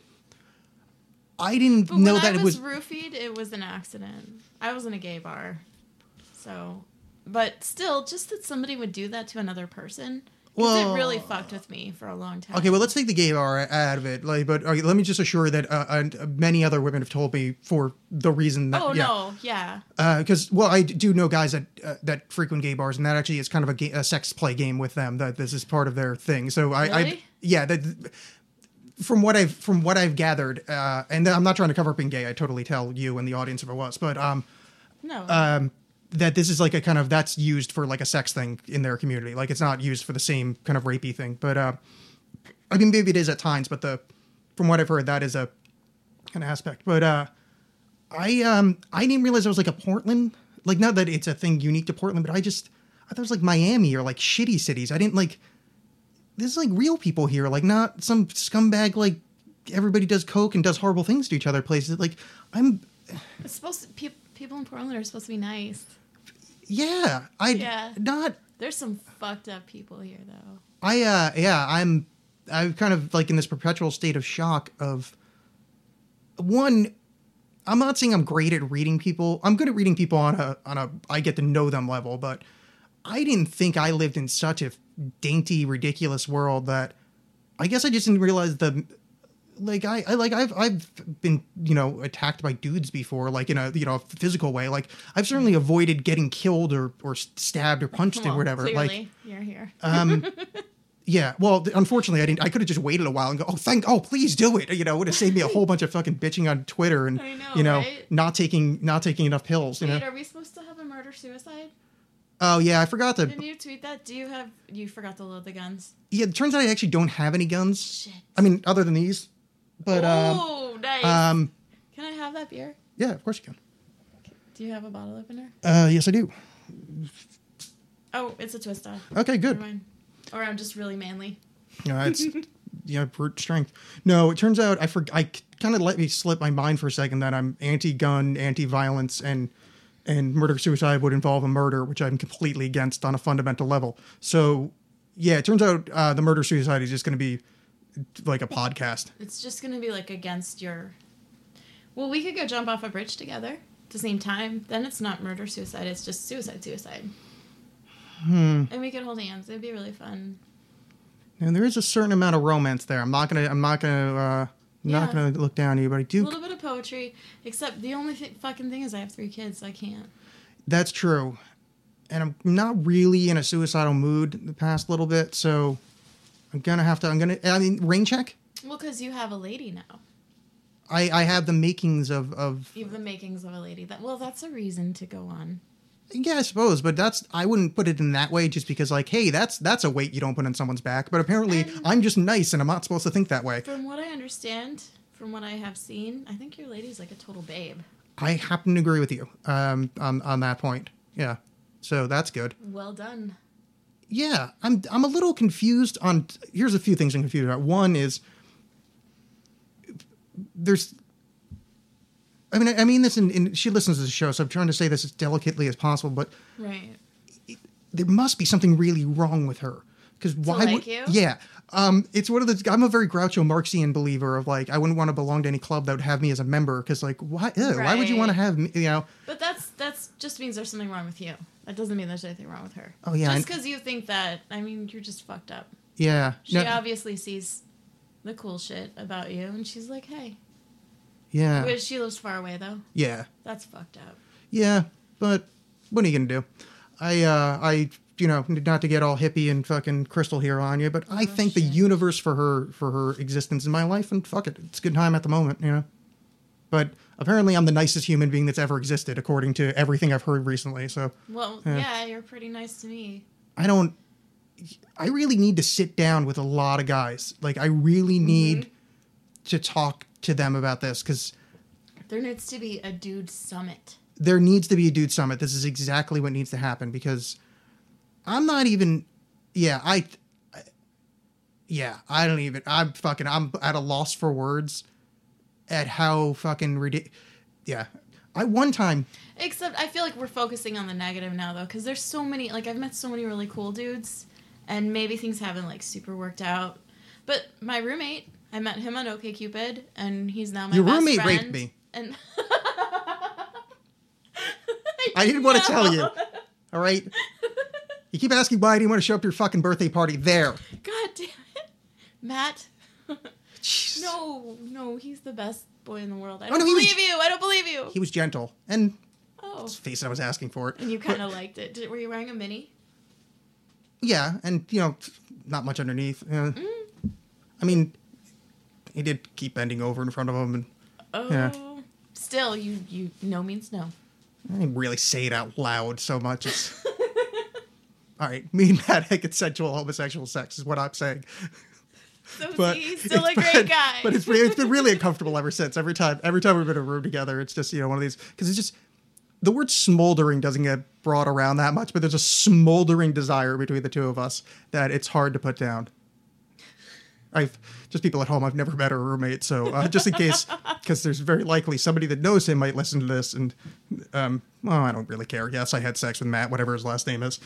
Speaker 5: I didn't
Speaker 6: But
Speaker 5: know
Speaker 6: when
Speaker 5: that
Speaker 6: I
Speaker 5: it
Speaker 6: was
Speaker 5: was.
Speaker 6: roofied, it was an accident. I was in a gay bar. So, but still, just that somebody would do that to another person, 'cause
Speaker 5: Well-
Speaker 6: it really fucked with me for a long time.
Speaker 5: Okay, well, let's take the gay bar out of it. Like, but okay, let me just assure that uh, and, uh, many other women have told me for the reason that.
Speaker 6: Oh
Speaker 5: yeah.
Speaker 6: no, yeah.
Speaker 5: because Uh, well, I do know guys that uh, that frequent gay bars, and that actually is kind of a, ga- a sex play game with them. That this is part of their thing. So I, I
Speaker 6: Really?
Speaker 5: yeah, that from what I've from what I've gathered, uh, and I'm not trying to cover up being gay. I totally tell you and the audience if I was, but um,
Speaker 6: No.
Speaker 5: um, that this is like a kind of that's used for like a sex thing in their community. Like it's not used for the same kind of rapey thing. But uh, I mean, maybe it is at times. But the from what I've heard, that is a kind of aspect. But uh, I um I didn't realize it was like a Portland. Like not that it's a thing unique to Portland, but I just I thought it was like Miami or like shitty cities. I didn't like this is like real people here, like not some scumbag like everybody does coke and does horrible things to each other places. Like I'm
Speaker 6: It's supposed to, peop people in Portland are supposed to be nice.
Speaker 5: yeah, I
Speaker 6: Yeah.
Speaker 5: not
Speaker 6: There's some fucked up people here though.
Speaker 5: I uh yeah, I'm I'm kind of like in this perpetual state of shock of one I'm not saying I'm great at reading people. I'm good at reading people on a on a I get to know them level, but I didn't think I lived in such a dainty, ridiculous world that I guess I just didn't realize the like I, I like I've I've been you know attacked by dudes before like in a you know physical way like I've certainly avoided getting killed or or stabbed or punched or
Speaker 6: Well,
Speaker 5: whatever
Speaker 6: Clearly,
Speaker 5: like uh,
Speaker 6: you're here.
Speaker 5: yeah. Well, th- unfortunately, I didn't. I could have just waited a while and go, "Oh, thank, oh, please do it." You know, it would have saved me a whole bunch of fucking bitching on Twitter and
Speaker 6: I know,
Speaker 5: you know
Speaker 6: right?
Speaker 5: not taking not taking enough pills. You
Speaker 6: Wait,
Speaker 5: know.
Speaker 6: are we supposed to have a murder suicide?
Speaker 5: Oh yeah, I forgot to.
Speaker 6: Didn't you tweet that? Do you have? You forgot to load the guns.
Speaker 5: Yeah, it turns out I actually don't have any guns.
Speaker 6: Shit.
Speaker 5: I mean, other than these. But um,
Speaker 6: oh, nice.
Speaker 5: um,
Speaker 6: Can I have that beer?
Speaker 5: yeah, of course you can.
Speaker 6: Do you have a bottle opener?
Speaker 5: Uh, yes, I do.
Speaker 6: Oh, it's a twist off.
Speaker 5: Okay, good.
Speaker 6: Never mind. Or I'm just really manly.
Speaker 5: You know, it's yeah, brute strength. No, it turns out I for, I kind of let me slip my mind for a second that I'm anti-gun, anti-violence, and and murder-suicide would involve a murder, which I'm completely against on a fundamental level. So, yeah, it turns out uh, the murder-suicide is just going to be like a podcast.
Speaker 6: It's just gonna be like against your. Well, we could go jump off a bridge together at the same time. Then it's not murder suicide. It's just suicide suicide. Hmm. And we could hold hands. It'd be really fun.
Speaker 5: And there is a certain amount of romance there. I'm not gonna. I'm not gonna. Uh, I'm Not
Speaker 6: Yeah.
Speaker 5: gonna look down at you, but I
Speaker 6: A
Speaker 5: do.
Speaker 6: little bit of poetry, except the only th- fucking thing is I have three kids. So I can't.
Speaker 5: That's true, and I'm not really in a suicidal mood the past little bit, so I'm gonna have to. I'm gonna. I mean, rain check.
Speaker 6: Well, because you have a lady now.
Speaker 5: I, I have the makings of, of
Speaker 6: You have the makings of a lady. That well, that's a reason to go on.
Speaker 5: yeah I suppose but that's I wouldn't put it in that way just because like hey that's that's a weight you don't put on someone's back but apparently
Speaker 6: And-
Speaker 5: I'm just nice and I'm not supposed to think that way
Speaker 6: From what I understand, from what I have seen, I think your lady's like a total babe.
Speaker 5: I happen to agree with you um on, on that point yeah so that's good
Speaker 6: Well done.
Speaker 5: yeah I'm I'm a little confused on here's a few things I'm confused about one is there's I mean I, I mean this in, in she listens to the show so I'm trying to say this as delicately as possible but
Speaker 6: Right.
Speaker 5: there must be something really wrong with her. Because why
Speaker 6: like
Speaker 5: would
Speaker 6: you?
Speaker 5: yeah? Um, it's one of the. I'm a very Groucho Marxian believer of like I wouldn't want to belong to any club that would have me as a member. Because like why? Ew, Why would you
Speaker 6: Right.
Speaker 5: want to have me? You know?
Speaker 6: But that's that's just means there's something wrong with you. That doesn't mean there's anything wrong with her.
Speaker 5: Oh, yeah,
Speaker 6: Just
Speaker 5: and-
Speaker 6: because you think that, I mean, you're just fucked up.
Speaker 5: Yeah.
Speaker 6: She
Speaker 5: no-
Speaker 6: obviously sees the cool shit about you, and she's like, "Hey."
Speaker 5: yeah.
Speaker 6: But she lives far away though.
Speaker 5: yeah.
Speaker 6: That's fucked up.
Speaker 5: Yeah. But what are you gonna do? I uh I you know not to get all hippie and fucking crystal here on you, but I thank the
Speaker 6: shit.
Speaker 5: universe for her for her existence in my life and fuck it, it's a good time at the moment, you know. But apparently, I'm the nicest human being that's ever existed, according to everything I've heard recently. So.
Speaker 6: Well,
Speaker 5: Yeah.
Speaker 6: yeah, you're pretty nice to me.
Speaker 5: I don't. I really need to sit down with a lot of guys. Like, I really need to talk to them about this because
Speaker 6: There needs to be a dude summit.
Speaker 5: there needs to be a dude summit. This is exactly what needs to happen because I'm not even. Yeah, I. I- Yeah, I don't even. I'm fucking. I'm at a loss for words at how fucking ridiculous. Yeah. I one time
Speaker 6: Except I feel like we're focusing on the negative now though, because there's so many. Like I've met so many really cool dudes, and maybe things haven't like super worked out. But my roommate, I met him on OkCupid, and he's now my
Speaker 5: Your
Speaker 6: best
Speaker 5: roommate
Speaker 6: friend.
Speaker 5: raped me.
Speaker 6: And
Speaker 5: I didn't want to tell you.
Speaker 6: know.
Speaker 5: All right. You keep asking why I didn't want to show up to your fucking birthday party. There.
Speaker 6: God damn it, Matt.
Speaker 5: Jeez.
Speaker 6: no, no, he's the best boy in the world. I
Speaker 5: Oh,
Speaker 6: don't
Speaker 5: no, he was-
Speaker 6: believe you. I don't believe you.
Speaker 5: He was gentle and
Speaker 6: oh,
Speaker 5: face it, I was asking for it.
Speaker 6: and you kind of liked it. Did, were you wearing a mini?
Speaker 5: Yeah, and you know, not much underneath. Uh, I mean, he did keep bending over in front of him,
Speaker 6: Oh.
Speaker 5: Yeah.
Speaker 6: Still, you you no means no.
Speaker 5: and I didn't really say it out loud so much. It's... All right, me and Matt had consensual homosexual sex is what I'm saying.
Speaker 6: So
Speaker 5: But
Speaker 6: see, he's still a
Speaker 5: it's
Speaker 6: great
Speaker 5: been-
Speaker 6: guy.
Speaker 5: But it's re- it's been really uncomfortable ever since. Every time, every time we've been in a room together, it's just you know one of these because it's just the word smoldering doesn't get brought around that much, but there's a smoldering desire between the two of us that it's hard to put down. I've just people at home. I've never met a roommate, so uh, just in case, because there's very likely somebody that knows him might listen to this, and um, well, I don't really care. Yes, I had sex with Matt, whatever his last name is.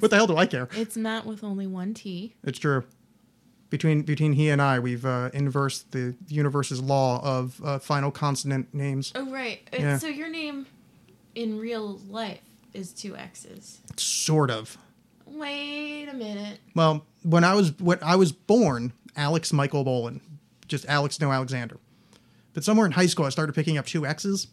Speaker 5: what the hell do I care?
Speaker 6: It's Matt with only one T.
Speaker 5: It's true. Between between he and I, we've uh, inversed the universe's law of uh, final consonant names.
Speaker 6: Oh right. Uh,
Speaker 5: Yeah.
Speaker 6: So your name in real life is two X's.
Speaker 5: Sort of.
Speaker 6: Wait a minute.
Speaker 5: Well, when I was when I was born, Alex Michael Bolin, just Alex no Alexander. But somewhere in high school, I started picking up two X's,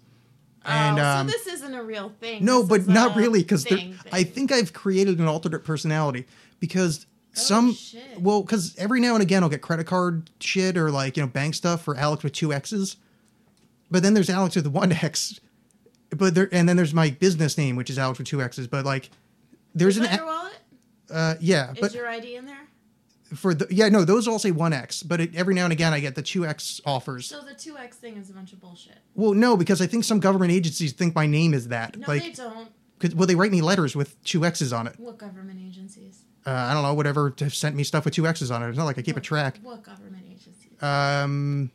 Speaker 5: and
Speaker 6: oh,
Speaker 5: um,
Speaker 6: so this isn't a real thing.
Speaker 5: no,
Speaker 6: This
Speaker 5: but
Speaker 6: is
Speaker 5: not
Speaker 6: a
Speaker 5: really because
Speaker 6: thing
Speaker 5: I
Speaker 6: thing.
Speaker 5: think I've created an alternate personality because some
Speaker 6: Oh, shit.
Speaker 5: well because every now and again I'll get credit card shit or like you know bank stuff for Alex with two X's, but then there's Alex with one X, but there and then there's my business name which is Alex with two X's, but like there's
Speaker 6: Is
Speaker 5: an
Speaker 6: that your
Speaker 5: a-
Speaker 6: wallet?
Speaker 5: uh, yeah,
Speaker 6: Is
Speaker 5: but
Speaker 6: your ID in there?
Speaker 5: for the yeah no those all say 1x but it, every now and again i get the 2x offers
Speaker 6: So the two X thing is a bunch of bullshit.
Speaker 5: well no because i think some government agencies think my name is that
Speaker 6: No, they
Speaker 5: like
Speaker 6: don't.
Speaker 5: 'cause- well they write me letters with 2x's on it
Speaker 6: What government agencies?
Speaker 5: uh, i don't know whatever have sent me stuff with 2x's on it it's not like i keep a
Speaker 6: What-
Speaker 5: track
Speaker 6: What government agencies?
Speaker 5: um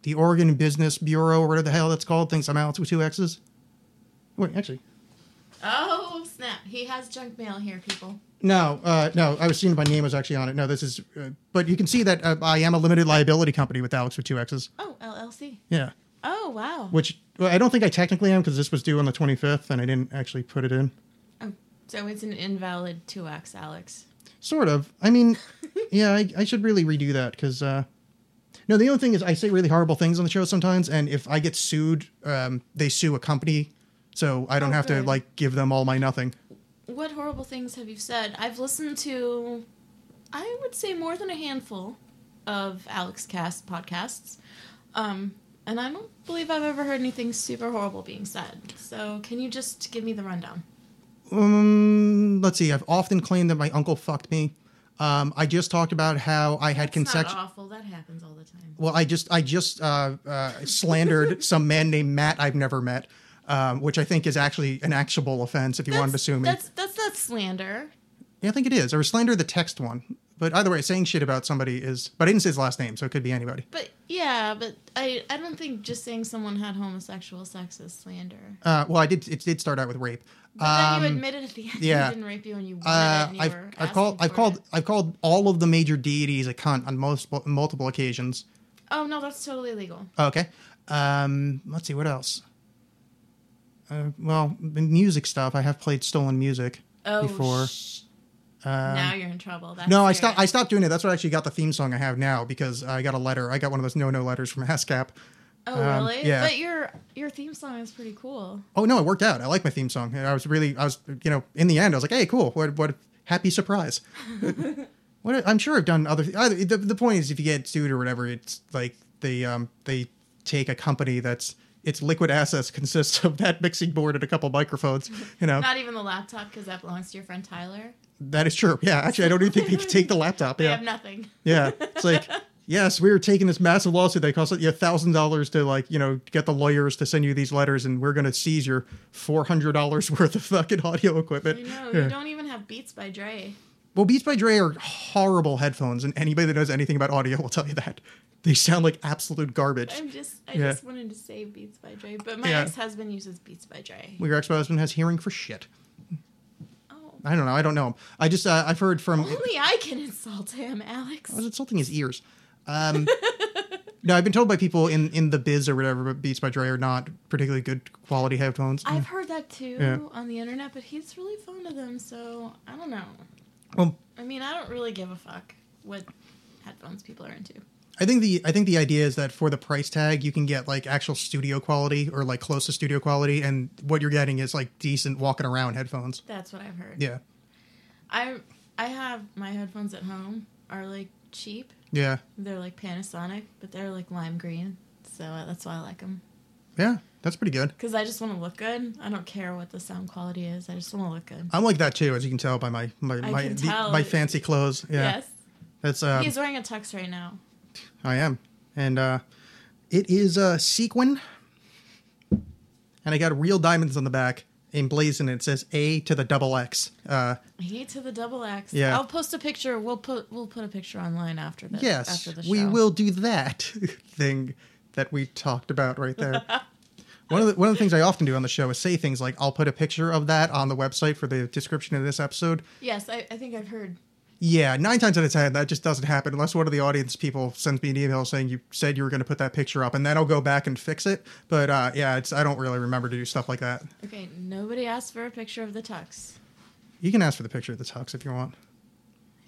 Speaker 5: the oregon business bureau or whatever the hell that's called thinks i'm out with 2x's wait actually
Speaker 6: oh snap! He has junk mail here, people.
Speaker 5: No, uh, no. I was seeing my name was actually on it. No, this is, uh, but you can see that uh, I am a limited liability company with Alex with two X's.
Speaker 6: Oh LLC.
Speaker 5: Yeah.
Speaker 6: Oh wow.
Speaker 5: which well, I don't think I technically am because this was due on the 25th and I didn't actually put it in.
Speaker 6: Oh, so it's an invalid two X, Alex.
Speaker 5: Sort of. I mean, yeah, I, I should really redo that because, uh, no, the only thing is I say really horrible things on the show sometimes, and if I get sued, um, they sue a company, so I don't
Speaker 6: Oh,
Speaker 5: have to
Speaker 6: good.
Speaker 5: like give them all my nothing.
Speaker 6: What horrible things have you said? I've listened to, I would say, more than a handful of Alex Cast podcasts. Um, and I don't believe I've ever heard anything super horrible being said. So can you just give me the rundown?
Speaker 5: Um, let's see. I've often claimed that my uncle fucked me. Um, I just talked about how I had
Speaker 6: It's not
Speaker 5: consecutive.
Speaker 6: awful. That happens all the time.
Speaker 5: Well, I just I just uh, uh, slandered some man named Matt I've never met, um, which I think is actually an actionable offense if you wanted to sue me.
Speaker 6: That's that's not slander.
Speaker 5: Yeah, I think it is. Or slander the text one. But either way, saying shit about somebody is. But I didn't say his last name, so it could be anybody.
Speaker 6: But yeah, but I I don't think just saying someone had homosexual sex is slander.
Speaker 5: Uh, well, I did. It did start out with rape.
Speaker 6: But then
Speaker 5: Um,
Speaker 6: you admitted at the end
Speaker 5: yeah.
Speaker 6: he didn't rape you and you wanted it
Speaker 5: Uh,
Speaker 6: and you
Speaker 5: I've,
Speaker 6: were
Speaker 5: I've called
Speaker 6: asking
Speaker 5: I've called
Speaker 6: for it.
Speaker 5: I've called all of the major deities a cunt on most multiple occasions. Oh,
Speaker 6: Oh no, that's totally legal.
Speaker 5: Okay. Um, let's see what else. Uh, well, the music stuff. I have played stolen music
Speaker 6: Oh,
Speaker 5: before. Um,
Speaker 6: sh- now you're in trouble. That's
Speaker 5: No, I
Speaker 6: serious.
Speaker 5: stopped. I stopped doing it. That's what I actually got the theme song I have now because I got a letter. I got one of those no no letters from ASCAP.
Speaker 6: Oh
Speaker 5: um,
Speaker 6: really?
Speaker 5: yeah.
Speaker 6: But your your theme song is pretty cool.
Speaker 5: Oh no, it worked out. I like my theme song. I was really, I was, you know, in the end, I was like, hey, cool. What, what, a happy surprise. what a- I'm sure I've done other. Either, the, the point is, if you get sued or whatever, it's like they um they take a company that's its liquid assets consists of that mixing board and a couple microphones. You know,
Speaker 6: Not even the laptop because that belongs to your friend Tyler.
Speaker 5: that is true. Yeah, actually, I don't even think they could take the laptop.
Speaker 6: They
Speaker 5: Yeah.
Speaker 6: have nothing.
Speaker 5: Yeah, it's like yes, we are taking this massive lawsuit that cost you thousand dollars to like you know get the lawyers to send you these letters, and we're going to seize your four hundred dollars worth of fucking audio equipment.
Speaker 6: You know,
Speaker 5: Yeah.
Speaker 6: you don't even have Beats by Dre.
Speaker 5: Well, Beats by Dre are horrible headphones, and anybody that knows anything about audio will tell you that they sound like absolute garbage.
Speaker 6: I'm just I
Speaker 5: Yeah.
Speaker 6: just wanted to say Beats by Dre, but my
Speaker 5: Yeah.
Speaker 6: ex-husband uses Beats by Dre.
Speaker 5: Well, your ex-husband has hearing for shit.
Speaker 6: Oh,
Speaker 5: I don't know. I don't know him. I just uh, I've heard from.
Speaker 6: only I can insult him, Alex.
Speaker 5: I was insulting his ears. Um, no, I've been told by people in, in the biz or whatever, but Beats by Dre are not particularly good quality headphones.
Speaker 6: I've heard that too
Speaker 5: Yeah.
Speaker 6: on the internet, but he's really fond of them, so I don't know.
Speaker 5: well,
Speaker 6: I mean, I don't really give a fuck what headphones people are into.
Speaker 5: I think the I think the idea is that for the price tag you can get like actual studio quality or like close to studio quality, and what you're getting is like decent walking around headphones.
Speaker 6: That's what I've heard.
Speaker 5: Yeah,
Speaker 6: I I have my headphones at home are like cheap.
Speaker 5: yeah,
Speaker 6: They're like Panasonic, but they're like lime green, so that's why I like them.
Speaker 5: yeah. That's pretty good.
Speaker 6: Cause I just want to look good. I don't care what the sound quality is. I just want to look good.
Speaker 5: I'm like that too, as you can tell by my my
Speaker 6: I
Speaker 5: my,
Speaker 6: can
Speaker 5: the-
Speaker 6: tell.
Speaker 5: my fancy clothes. Yeah,
Speaker 6: Yes.
Speaker 5: that's um,
Speaker 6: He's wearing a tux right now.
Speaker 5: I am, and uh, it is a sequin, and I got real diamonds on the back, emblazoned. It says A to the double X. Uh,
Speaker 6: A to the double X.
Speaker 5: Yeah.
Speaker 6: I'll post a picture. We'll put we'll put a picture online after this.
Speaker 5: yes,
Speaker 6: After the show.
Speaker 5: we will do that thing that we talked about right there. one of the one of the things I often do on the show is say things like, "I'll put a picture of that on the website for the description of this episode."
Speaker 6: Yes, I, I think I've heard.
Speaker 5: Yeah, nine times out of ten, that just doesn't happen unless one of the audience people sends me an email saying you said you were going to put that picture up, and then I'll go back and fix it. But uh, yeah, it's I don't really remember to do stuff like that.
Speaker 6: Okay, nobody asked for a picture of the tux.
Speaker 5: You can ask for the picture of the tux if you want.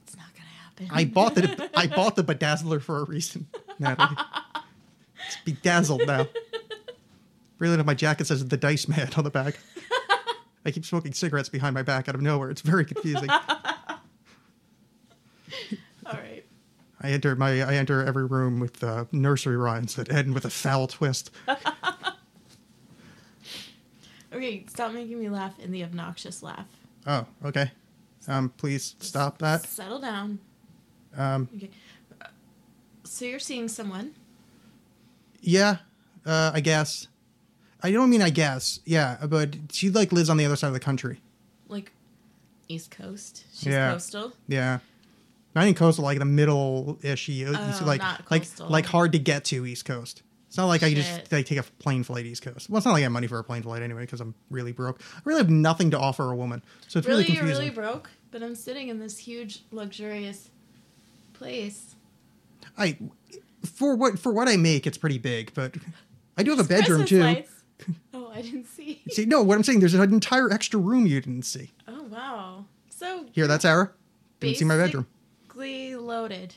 Speaker 6: It's not gonna happen.
Speaker 5: I bought the I bought the bedazzler for a reason, Natalie. It's bedazzled now. Really, enough, my jacket says the dice man on the back. I keep smoking cigarettes behind my back out of nowhere. It's very confusing.
Speaker 6: All right.
Speaker 5: I enter my I enter every room with uh, nursery rhymes that end with a foul twist.
Speaker 6: Okay, stop making me laugh in the obnoxious laugh.
Speaker 5: Oh, okay. Um, please stop that.
Speaker 6: Settle down.
Speaker 5: Um,
Speaker 6: Okay. Uh, So you're seeing someone.
Speaker 5: yeah, uh, I guess. I don't mean I guess. Yeah, but she like lives on the other side of the country.
Speaker 6: like East Coast. She's
Speaker 5: Yeah.
Speaker 6: coastal.
Speaker 5: Yeah, not even coastal, like the middle ish.
Speaker 6: Oh,
Speaker 5: like
Speaker 6: not
Speaker 5: like
Speaker 6: coastal.
Speaker 5: like hard to get to East Coast. It's not like I could just
Speaker 6: Shit.
Speaker 5: like take a plane flight East Coast. Well, it's not like I have money for a plane flight anyway because I'm really broke. I really have nothing to offer a woman, so it's really,
Speaker 6: really, you're
Speaker 5: confusing.
Speaker 6: really broke, but I'm sitting in this huge, luxurious place.
Speaker 5: I for what for what I make, it's pretty big, but I do have a bedroom
Speaker 6: Christmas
Speaker 5: too.
Speaker 6: lights. Oh, I didn't see.
Speaker 5: See, no, what I'm saying, there's an entire extra room you didn't see.
Speaker 6: Oh wow. So
Speaker 5: Here, that's Ara. Didn't see my bedroom.
Speaker 6: Basically loaded.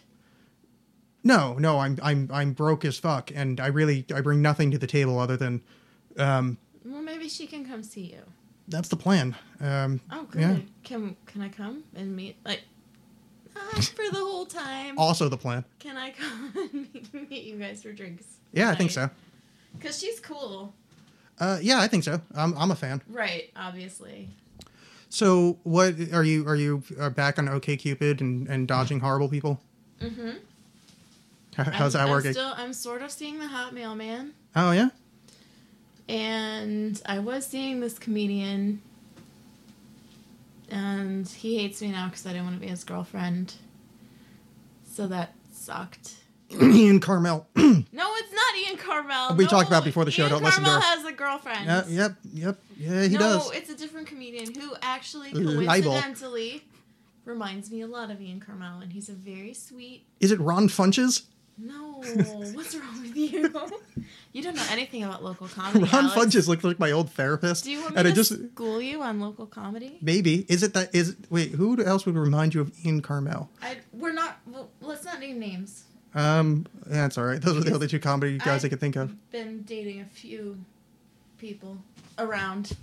Speaker 5: No, no, I'm I'm I'm broke as fuck, and I really I bring nothing to the table other than um,
Speaker 6: Well, maybe she can come see you.
Speaker 5: that's the plan. Um,
Speaker 6: Oh, good.
Speaker 5: yeah,
Speaker 6: Can can I come and meet like not for the whole time?
Speaker 5: also the plan.
Speaker 6: Can I come and meet, meet you guys for drinks?
Speaker 5: Yeah, I think so.
Speaker 6: Cause she's cool,
Speaker 5: Uh, yeah, I think so. I'm I'm a fan.
Speaker 6: right? Obviously.
Speaker 5: So, what are you are you uh, back on OK Cupid and and dodging horrible people? Mm-hmm. How's
Speaker 6: I'm,
Speaker 5: that
Speaker 6: I'm
Speaker 5: working?
Speaker 6: Still, I'm sort of seeing the hot mailman,
Speaker 5: Oh yeah.
Speaker 6: and I was seeing this comedian, and he hates me now because I didn't want to be his girlfriend. So that sucked.
Speaker 5: Ian Carmel.
Speaker 6: No, it's not Ian Carmel.
Speaker 5: We
Speaker 6: No,
Speaker 5: talked about before the show,
Speaker 6: Ian
Speaker 5: don't listen to
Speaker 6: Carmel
Speaker 5: her.
Speaker 6: has a girlfriend.
Speaker 5: Yeah, yep, yep. Yeah, he
Speaker 6: no,
Speaker 5: does.
Speaker 6: it's a different comedian who actually
Speaker 5: Libel.
Speaker 6: coincidentally reminds me a lot of Ian Carmel, and he's a very sweet.
Speaker 5: Is it Ron Funches?
Speaker 6: No, what's wrong with you? You don't know anything about local comedy.
Speaker 5: Ron
Speaker 6: Alex.
Speaker 5: Funches looked like my old therapist.
Speaker 6: Oh, Do you want me
Speaker 5: and I
Speaker 6: to
Speaker 5: just
Speaker 6: school you on local comedy?
Speaker 5: maybe is it that is wait who else would remind you of Ian Carmel?
Speaker 6: I, we're not. Well, let's not name names.
Speaker 5: Um, that's all right. Those are the
Speaker 6: Yes.
Speaker 5: only two comedy guys I,
Speaker 6: I-
Speaker 5: could think of.
Speaker 6: Been dating a few people around.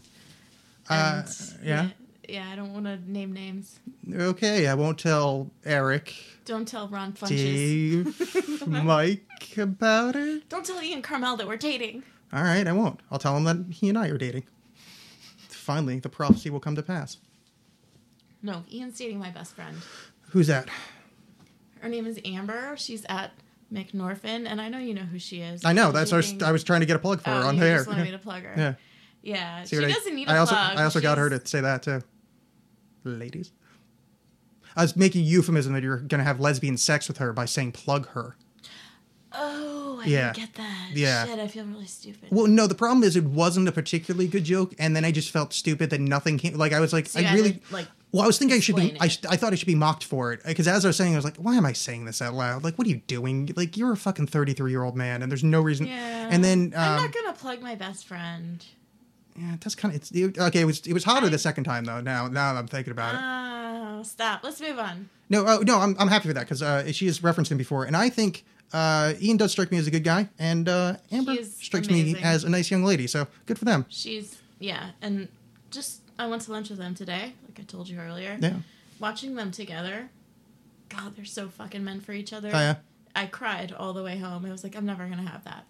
Speaker 5: Uh,
Speaker 6: and-
Speaker 5: yeah.
Speaker 6: yeah. I don't want to name names.
Speaker 5: Okay, I won't tell Eric,
Speaker 6: Don't tell Ron Funches.
Speaker 5: Dave, Mike about it.
Speaker 6: Don't tell Ian Carmel that we're dating.
Speaker 5: All right, I won't. I'll tell him that he and I are dating. Finally, the prophecy will come to pass.
Speaker 6: No, Ian's dating my best friend.
Speaker 5: Who's that?
Speaker 6: Her name is Amber. She's at McNorfin, and I know you know who she is.
Speaker 5: I know. That's our,
Speaker 6: Dating-
Speaker 5: I was trying to get a plug for
Speaker 6: Oh,
Speaker 5: her on
Speaker 6: you
Speaker 5: there.
Speaker 6: just wanted me to plug her.
Speaker 5: yeah.
Speaker 6: Yeah,
Speaker 5: See
Speaker 6: she
Speaker 5: what I-
Speaker 6: doesn't need a
Speaker 5: I also,
Speaker 6: plug.
Speaker 5: I also got her
Speaker 6: She's-
Speaker 5: to say that too. Ladies. I was making euphemism that you're going to have lesbian sex with her by saying plug her.
Speaker 6: Oh, I
Speaker 5: Yeah.
Speaker 6: didn't get that.
Speaker 5: Yeah.
Speaker 6: Shit, I feel really stupid.
Speaker 5: Well, no, the problem is it wasn't a particularly good joke, and then I just felt stupid that nothing came. Like I was like,
Speaker 6: So you
Speaker 5: I
Speaker 6: had to,
Speaker 5: really
Speaker 6: like,
Speaker 5: Well, I was thinking I should be.
Speaker 6: explain
Speaker 5: I,
Speaker 6: it.
Speaker 5: sh- I thought I should be mocked for it because as I was saying, I was like, why am I saying this out loud? Like, what are you doing? Like, you're a fucking thirty three year old man, and there's no reason.
Speaker 6: yeah.
Speaker 5: And then um,
Speaker 6: I'm not gonna plug my best friend.
Speaker 5: yeah, that's kind of it's it, okay. It was it was hotter the second time though. Now now that I'm thinking about it.
Speaker 6: Oh, stop. Let's move on.
Speaker 5: No, oh, no, I'm, I'm happy with that because uh, she has referenced him before, and I think uh, Ian does strike me as a good guy, and uh, Amber
Speaker 6: He is
Speaker 5: strikes me
Speaker 6: amazing.
Speaker 5: as a nice young lady. So good for them.
Speaker 6: She's yeah, and just I went to lunch with them today, like I told you earlier.
Speaker 5: Yeah.
Speaker 6: Watching them together, God, they're so fucking meant for each other.
Speaker 5: Oh, yeah.
Speaker 6: I cried all the way home. I was like, I'm never gonna have that.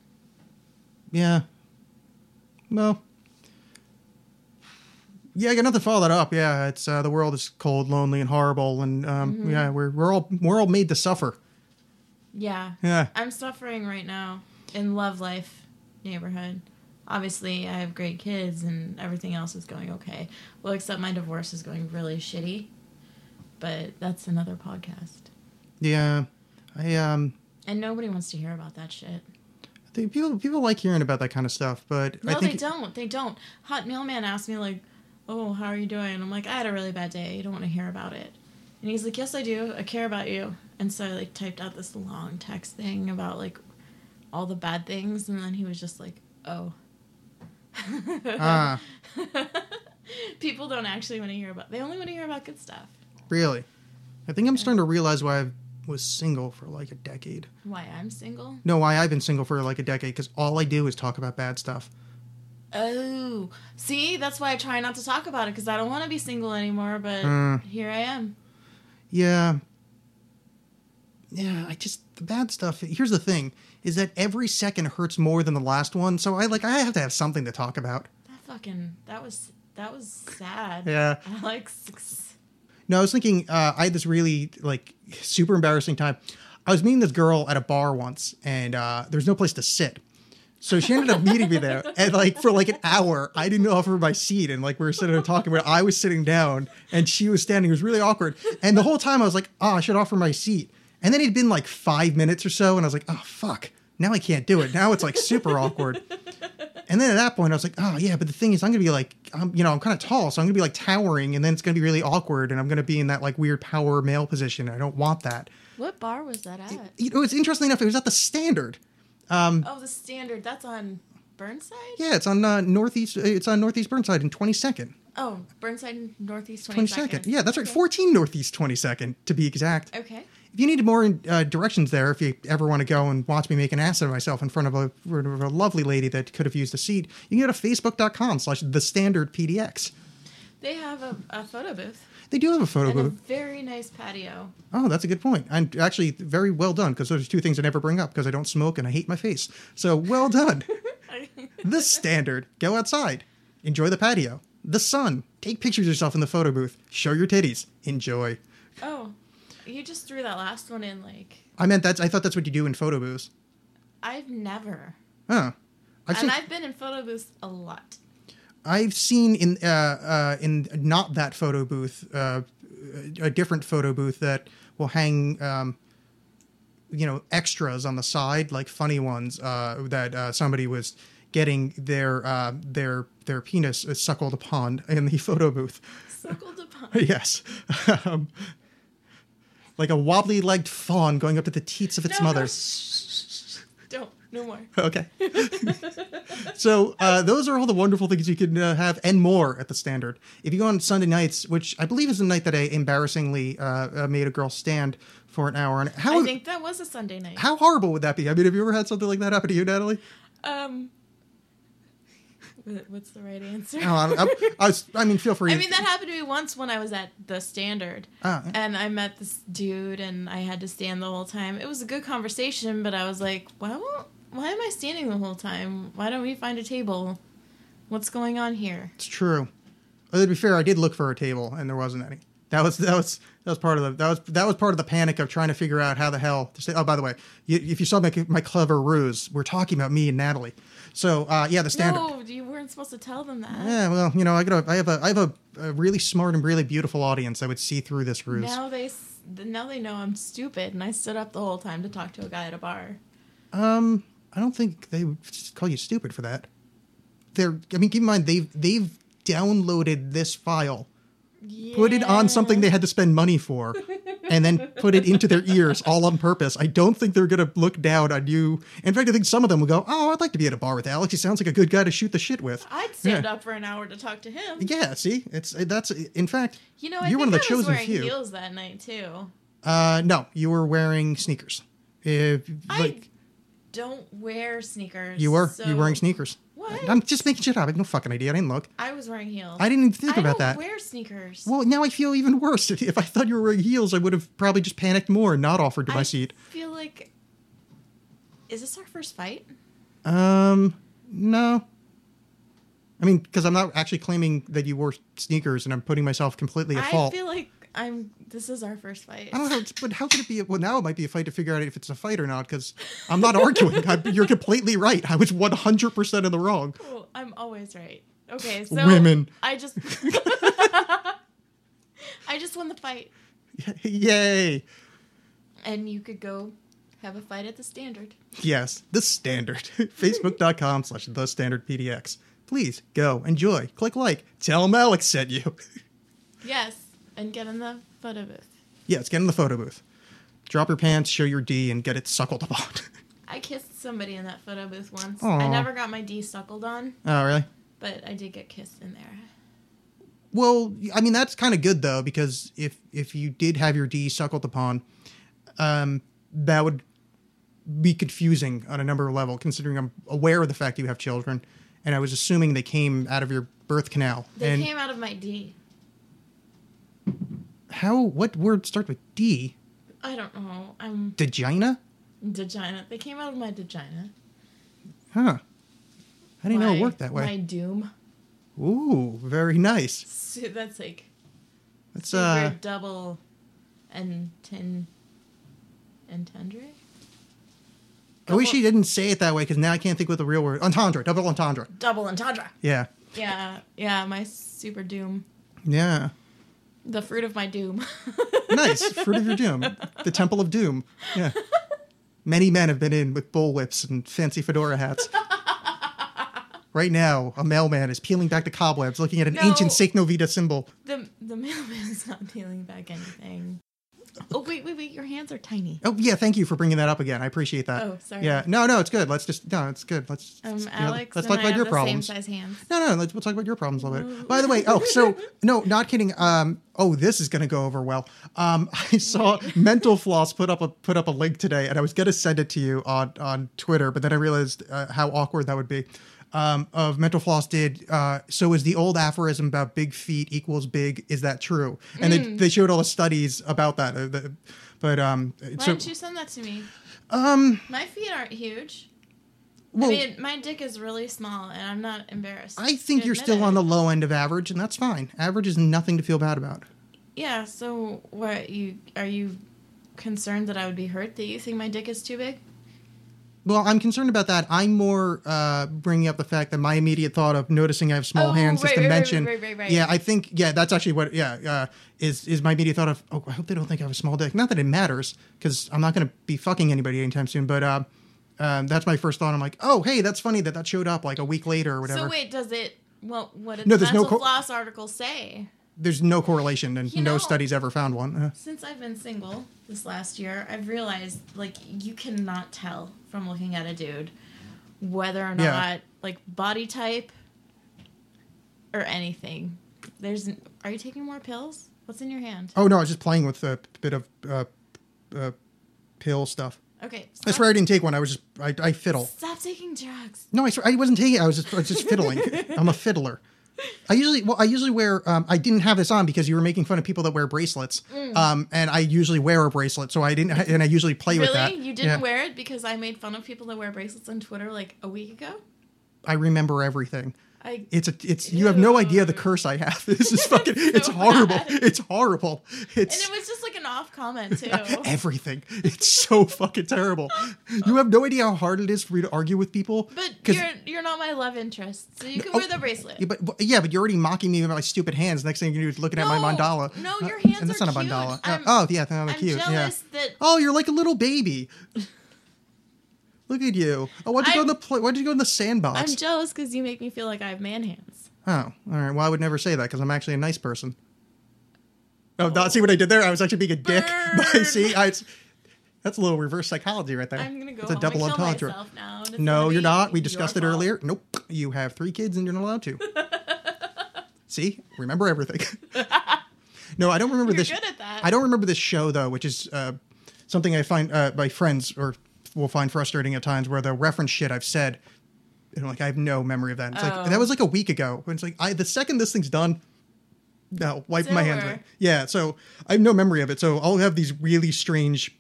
Speaker 5: Yeah. Well. Yeah, I got nothing to follow that up. Yeah, it's uh, the world is cold, lonely, and horrible, and um,
Speaker 6: Mm-hmm.
Speaker 5: yeah, we're we're all we're all made to suffer.
Speaker 6: Yeah.
Speaker 5: Yeah.
Speaker 6: I'm suffering right now in Love Life neighborhood. obviously I have great kids and everything else is going okay. Well, except my divorce is going really shitty. But that's another podcast.
Speaker 5: Yeah, I um,
Speaker 6: And nobody wants to hear about that shit.
Speaker 5: I think people people like hearing about that kind of stuff, but
Speaker 6: No,
Speaker 5: I think
Speaker 6: they don't. They don't. Hot mailman asked me like, "Oh, how are you doing?" I'm like, "I had a really bad day. You don't want to hear about it." And he's like, "Yes, I do. I care about you." And so I like typed out this long text thing about like all the bad things, and then he was just like, "Oh."
Speaker 5: ah,
Speaker 6: People don't actually want to hear about. They only want to hear about good stuff.
Speaker 5: really, I think I'm starting to realize why I was single for like a decade.
Speaker 6: Why I'm single?
Speaker 5: No, why I've been single for like a decade because all I do is talk about bad stuff.
Speaker 6: Oh, see, that's why I try not to talk about it because I don't want to be single anymore. But
Speaker 5: Mm.
Speaker 6: here I am.
Speaker 5: Yeah. Yeah, I just the bad stuff. Here's the thing is that every second hurts more than the last one. So I like I have to have something to talk about.
Speaker 6: That fucking that was that was sad.
Speaker 5: Yeah.
Speaker 6: Alex.
Speaker 5: No, I was thinking uh, I had this really like super embarrassing time. I was meeting this girl at a bar once and uh, there was no place to sit. So she ended up meeting me there, and like for like an hour, I didn't offer my seat, and like we were sitting there talking. But I was sitting down, and she was standing. It was really awkward, and the whole time I was like, "Ah, I should offer my seat." And then it'd been like five minutes or so, and I was like, "Oh fuck, now I can't do it." Now it's like super awkward. And then at that point, I was like, "Oh yeah," but the thing is, I'm gonna be like, I'm you know, I'm kind of tall, so I'm gonna be like towering, and then it's gonna be really awkward, and I'm gonna be in that like weird power male position. And I don't want that.
Speaker 6: What bar was that at?
Speaker 5: You know, it's interesting enough. It was at the standard.
Speaker 6: oh, the standard. That's on Burnside?
Speaker 5: Yeah, it's on uh, northeast. It's on northeast Burnside in 22nd,
Speaker 6: Oh, Burnside Northeast
Speaker 5: 22nd.
Speaker 6: 22nd.
Speaker 5: Yeah, that's right. 14 northeast 22nd to be exact.
Speaker 6: Okay.
Speaker 5: If you need more uh, directions there, if you ever want to go and watch me make an ass of myself in front of a, in front of a lovely lady that could have used a seat, you can go to facebook.com/slash the standard PDX.
Speaker 6: They have a, a photo booth
Speaker 5: They do have a photo
Speaker 6: and a
Speaker 5: booth.
Speaker 6: very nice patio.
Speaker 5: Oh, that's a good point. And actually, very well done because those are two things I never bring up because I don't smoke and I hate my face. So well done. the standard go outside, enjoy the patio, the sun, take pictures of yourself in the photo booth, show your titties, enjoy.
Speaker 6: Oh, you just threw that last one in like
Speaker 5: I meant that's, I thought that's what you do in photo booths.
Speaker 6: I've never.
Speaker 5: Huh. I've
Speaker 6: and
Speaker 5: seen,
Speaker 6: I've been in photo booths a lot.
Speaker 5: I've seen in uh, uh, in not that photo booth, uh, a different photo booth that will hang, um, you know, extras on the side, like funny ones uh, that uh, somebody was getting their uh, their their penis suckled upon in the photo booth.
Speaker 6: Suckled upon.
Speaker 5: yes, um, like a wobbly legged fawn going up to the teats of its
Speaker 6: No, no,
Speaker 5: mother.
Speaker 6: shh, shh, shh, shh. Don't. No more.
Speaker 5: Okay. so uh, those are all the wonderful things you can uh, have and more at the standard. If you go on Sunday nights, which I believe is the night that I embarrassingly uh, uh, made a girl stand for an hour, and how
Speaker 6: I think that was a Sunday night.
Speaker 5: how horrible would that be? I mean, have you ever had something like that happen to you, Natalie?
Speaker 6: Um, wh- what's the right answer?
Speaker 5: No, Oh, I, I, I, was, I mean, feel free.
Speaker 6: I mean, that happened to me once when I was at the Standard,
Speaker 5: Ah.
Speaker 6: and I met this dude, and I had to stand the whole time. It was a good conversation, but I was like, "Why won't? Why am I standing the whole time? Why don't we find a table? What's going on here?"
Speaker 5: It's true. Although to be fair, I did look for a table and there wasn't any. That was that was that was part of the that was that was part of the panic of trying to figure out how the hell to say. Oh, by the way, you, if you saw my, my clever ruse, we're talking about me and Natalie. So uh, yeah, the standard.
Speaker 6: No, you weren't supposed to tell them that.
Speaker 5: Yeah, well, you know, I got I have a I have a, a really smart and really beautiful audience that would see through this ruse.
Speaker 6: Now they s- now they know I'm stupid, and I stood up the whole time to talk to a guy at a bar.
Speaker 5: Um, I don't think they would call you stupid for that. They're I mean, keep in mind they've they've downloaded this file, put it on something they had to spend money for, and then put it into their ears all on purpose. I don't think they're gonna look down on you. In fact, I think some of them will go, "Oh, I'd like to be at a bar with Alex. He sounds like a good guy to shoot the shit with."
Speaker 6: I'd stand
Speaker 5: Yeah.
Speaker 6: up for an hour to talk to him.
Speaker 5: Yeah, see, it's that's in fact,
Speaker 6: You know, I
Speaker 5: you're
Speaker 6: think
Speaker 5: one of the
Speaker 6: I was
Speaker 5: chosen
Speaker 6: wearing
Speaker 5: few.
Speaker 6: heels that night too.
Speaker 5: Uh, no, you were wearing sneakers. If,
Speaker 6: I
Speaker 5: like
Speaker 6: don't wear sneakers.
Speaker 5: you were,
Speaker 6: so
Speaker 5: you were wearing sneakers.
Speaker 6: What?
Speaker 5: I'm just making shit up. I have no fucking idea. I didn't look.
Speaker 6: I was wearing heels.
Speaker 5: I didn't even think
Speaker 6: I
Speaker 5: about
Speaker 6: don't
Speaker 5: that.
Speaker 6: Wear sneakers.
Speaker 5: well, now I feel even worse. If, if I thought you were wearing heels, I would have probably just panicked more and not offered to my
Speaker 6: I
Speaker 5: seat.
Speaker 6: Feel like. Is this our first fight?
Speaker 5: Um, no. I mean, because I'm not actually claiming that you wore sneakers, and I'm putting myself completely at
Speaker 6: I
Speaker 5: fault.
Speaker 6: feel like I'm. This is our first fight.
Speaker 5: I don't know, but how could it be? Well, now it might be a fight to figure out if it's a fight or not because I'm not arguing. I, you're completely right. I was 100% in the wrong.
Speaker 6: Cool. Oh, I'm always right. Okay, so
Speaker 5: Women.
Speaker 6: I just, I just won the fight,
Speaker 5: Yay.
Speaker 6: and you could go have a fight at the standard.
Speaker 5: Yes, the standard. Facebook.com slash the standard PDX. Please go, enjoy, click like, tell them Alex sent you.
Speaker 6: Yes, and get in the photo booth.
Speaker 5: yes, get in the photo booth. Drop your pants, show your D, and get it suckled upon.
Speaker 6: I kissed somebody in that photo booth once.
Speaker 5: Aw.
Speaker 6: I never got my D suckled on,
Speaker 5: oh, really?
Speaker 6: but I did get kissed in there.
Speaker 5: Well, I mean that's kind of good though because if if you did have your D suckled upon, um, that would be confusing on a number of level. Considering I'm aware of the fact you have children, and I was assuming they came out of your birth canal.
Speaker 6: They
Speaker 5: and
Speaker 6: came out of my D.
Speaker 5: how? What word starts with D?
Speaker 6: I don't know. I'm
Speaker 5: Degina?
Speaker 6: vagina. They came out of my vagina.
Speaker 5: Huh? I didn't know
Speaker 6: My-
Speaker 5: it worked that
Speaker 6: My
Speaker 5: way.
Speaker 6: doom.
Speaker 5: Ooh, very nice.
Speaker 6: So that's like
Speaker 5: That's
Speaker 6: super
Speaker 5: uh,
Speaker 6: double and ten and tundra.
Speaker 5: I wish you didn't say it that way because now I can't think what the real word. Entendre, double entendre.
Speaker 6: Double entendre.
Speaker 5: Yeah,
Speaker 6: Yeah, yeah. My super doom.
Speaker 5: yeah.
Speaker 6: The fruit of my doom.
Speaker 5: nice fruit of your doom the temple of doom yeah many men have been in with bullwhips and fancy fedora hats right now a mailman is peeling back the cobwebs looking at an
Speaker 6: No.
Speaker 5: ancient Novita symbol
Speaker 6: the the mailman's not peeling back anything. Oh wait, wait, wait! Your hands are tiny.
Speaker 5: oh yeah thank you for bringing that up again i appreciate that
Speaker 6: Oh, sorry.
Speaker 5: yeah no no it's good let's just no it's good let's
Speaker 6: Um,
Speaker 5: you know,
Speaker 6: Alex,
Speaker 5: let's
Speaker 6: and
Speaker 5: talk
Speaker 6: I
Speaker 5: about
Speaker 6: have
Speaker 5: your
Speaker 6: the
Speaker 5: problems
Speaker 6: Same size hands.
Speaker 5: No, no, let's, we'll talk about your problems a little bit. By the way, oh, so no, not kidding. Um, oh, this is gonna go over well. Um, I saw Mental Floss put up a put up a link today, and I was gonna send it to you on on Twitter, but then I realized uh, how awkward that would be. Um, of Mental Floss did uh, so is the old aphorism about big feet equals big. Is that true? And
Speaker 6: Mm.
Speaker 5: they they showed all the studies about that. Uh, the, but um,
Speaker 6: Why
Speaker 5: so
Speaker 6: didn't you send that to me?
Speaker 5: um,
Speaker 6: My feet aren't huge.
Speaker 5: well,
Speaker 6: I mean, my dick is really small, and I'm not embarrassed.
Speaker 5: I
Speaker 6: to
Speaker 5: think you're
Speaker 6: admit
Speaker 5: still
Speaker 6: it.
Speaker 5: on the low end of average, and that's fine. Average is nothing to feel bad about.
Speaker 6: Yeah. So what you are you concerned that I would be hurt that you think my dick is too big?
Speaker 5: Well, I'm concerned about that. I'm more uh, bringing up the fact that my immediate thought of noticing I have small
Speaker 6: Oh,
Speaker 5: hands
Speaker 6: right,
Speaker 5: just to
Speaker 6: right, right,
Speaker 5: mention.
Speaker 6: right, right, right.
Speaker 5: Yeah, I think yeah, that's actually what yeah uh, is is my immediate thought of. Oh, I hope they don't think I have a small dick. Not that it matters because I'm not going to be fucking anybody anytime soon. But uh, um, that's my first thought. I'm like, oh hey, that's funny that that showed up like a week later or whatever.
Speaker 6: So wait, does it? Well, what did
Speaker 5: No,
Speaker 6: the
Speaker 5: there's no
Speaker 6: mental
Speaker 5: co-
Speaker 6: floss article say?
Speaker 5: There's no correlation, and
Speaker 6: You
Speaker 5: no
Speaker 6: know-
Speaker 5: studies ever found one. Uh,
Speaker 6: Since I've been single this last year, I've realized like you cannot tell from looking at a dude whether or not
Speaker 5: Yeah.
Speaker 6: like body type or anything. There's n- are you taking more pills? What's in your hand?
Speaker 5: oh no, I was just playing with a bit of uh, uh, pill stuff.
Speaker 6: Okay. Stop,
Speaker 5: Oh, That's where I didn't take one. I was just I, I fiddle.
Speaker 6: Stop taking drugs.
Speaker 5: No, I, swear- I wasn't taking. it. I was just, I was just fiddling. I'm a fiddler. I usually well, I usually wear. Um, I didn't have this on because you were making fun of people that wear bracelets.
Speaker 6: Mm.
Speaker 5: Um, and I usually wear a bracelet, so I didn't. ha- And I usually play with that.
Speaker 6: Really? You didn't
Speaker 5: Yeah.
Speaker 6: wear it because I made fun of people that wear bracelets on Twitter like a week ago?
Speaker 5: I remember everything.
Speaker 6: I
Speaker 5: It's a. It's you have no idea the
Speaker 6: Ew.
Speaker 5: curse I have. This is fucking. it's
Speaker 6: so
Speaker 5: horrible.
Speaker 6: bad.
Speaker 5: It's horrible.
Speaker 6: And
Speaker 5: It's
Speaker 6: it was just like an off comment too.
Speaker 5: everything. It's so fucking terrible. You have no idea how hard it is for me to argue with people.
Speaker 6: but
Speaker 5: 'cause-
Speaker 6: you're you're not my love interest, so you can
Speaker 5: Oh,
Speaker 6: wear the bracelet.
Speaker 5: Yeah, but, but- yeah, but you're already mocking me about my stupid hands. Next thing you do is looking at my
Speaker 6: No,
Speaker 5: mandala.
Speaker 6: no,
Speaker 5: Uh,
Speaker 6: your hands
Speaker 5: and that's
Speaker 6: are
Speaker 5: not a
Speaker 6: cute.
Speaker 5: mandala.
Speaker 6: I'm-
Speaker 5: oh yeah, they're
Speaker 6: I'm
Speaker 5: cute. Yeah.
Speaker 6: jealous that
Speaker 5: Oh, you're like a little baby. Look at you. Oh, why'd you go in the
Speaker 6: I'm-
Speaker 5: pla- why'd you go in the sandbox?
Speaker 6: I'm jealous because you make me feel like I have man hands.
Speaker 5: oh, all right. Well, I would never say that because I'm actually a nice person. Oh, not see what I did there? I was actually being a dick. But
Speaker 6: Burn.
Speaker 5: see, I, it's- that's a little reverse psychology right there.
Speaker 6: I'm gonna go.
Speaker 5: It's a
Speaker 6: home
Speaker 5: double
Speaker 6: and kill
Speaker 5: entendre.
Speaker 6: myself now. and it's
Speaker 5: No,
Speaker 6: gonna
Speaker 5: you're
Speaker 6: be
Speaker 5: not. We
Speaker 6: your
Speaker 5: discussed it
Speaker 6: fault.
Speaker 5: earlier. Nope. You have three kids and you're not allowed to. See? Remember everything. no, I don't remember
Speaker 6: You're
Speaker 5: this.
Speaker 6: good at that.
Speaker 5: I don't remember this show, though, which is uh, something I find uh, my friends or will find frustrating at times where they'll reference shit I've said. And I'm like, I have no memory of that. It's like,
Speaker 6: Oh.
Speaker 5: that was like a week ago. And it's like, I, the second this thing's done, no, wipe
Speaker 6: It's
Speaker 5: my hands
Speaker 6: over.
Speaker 5: away. Yeah, so I have no memory of it. So I'll have these really strange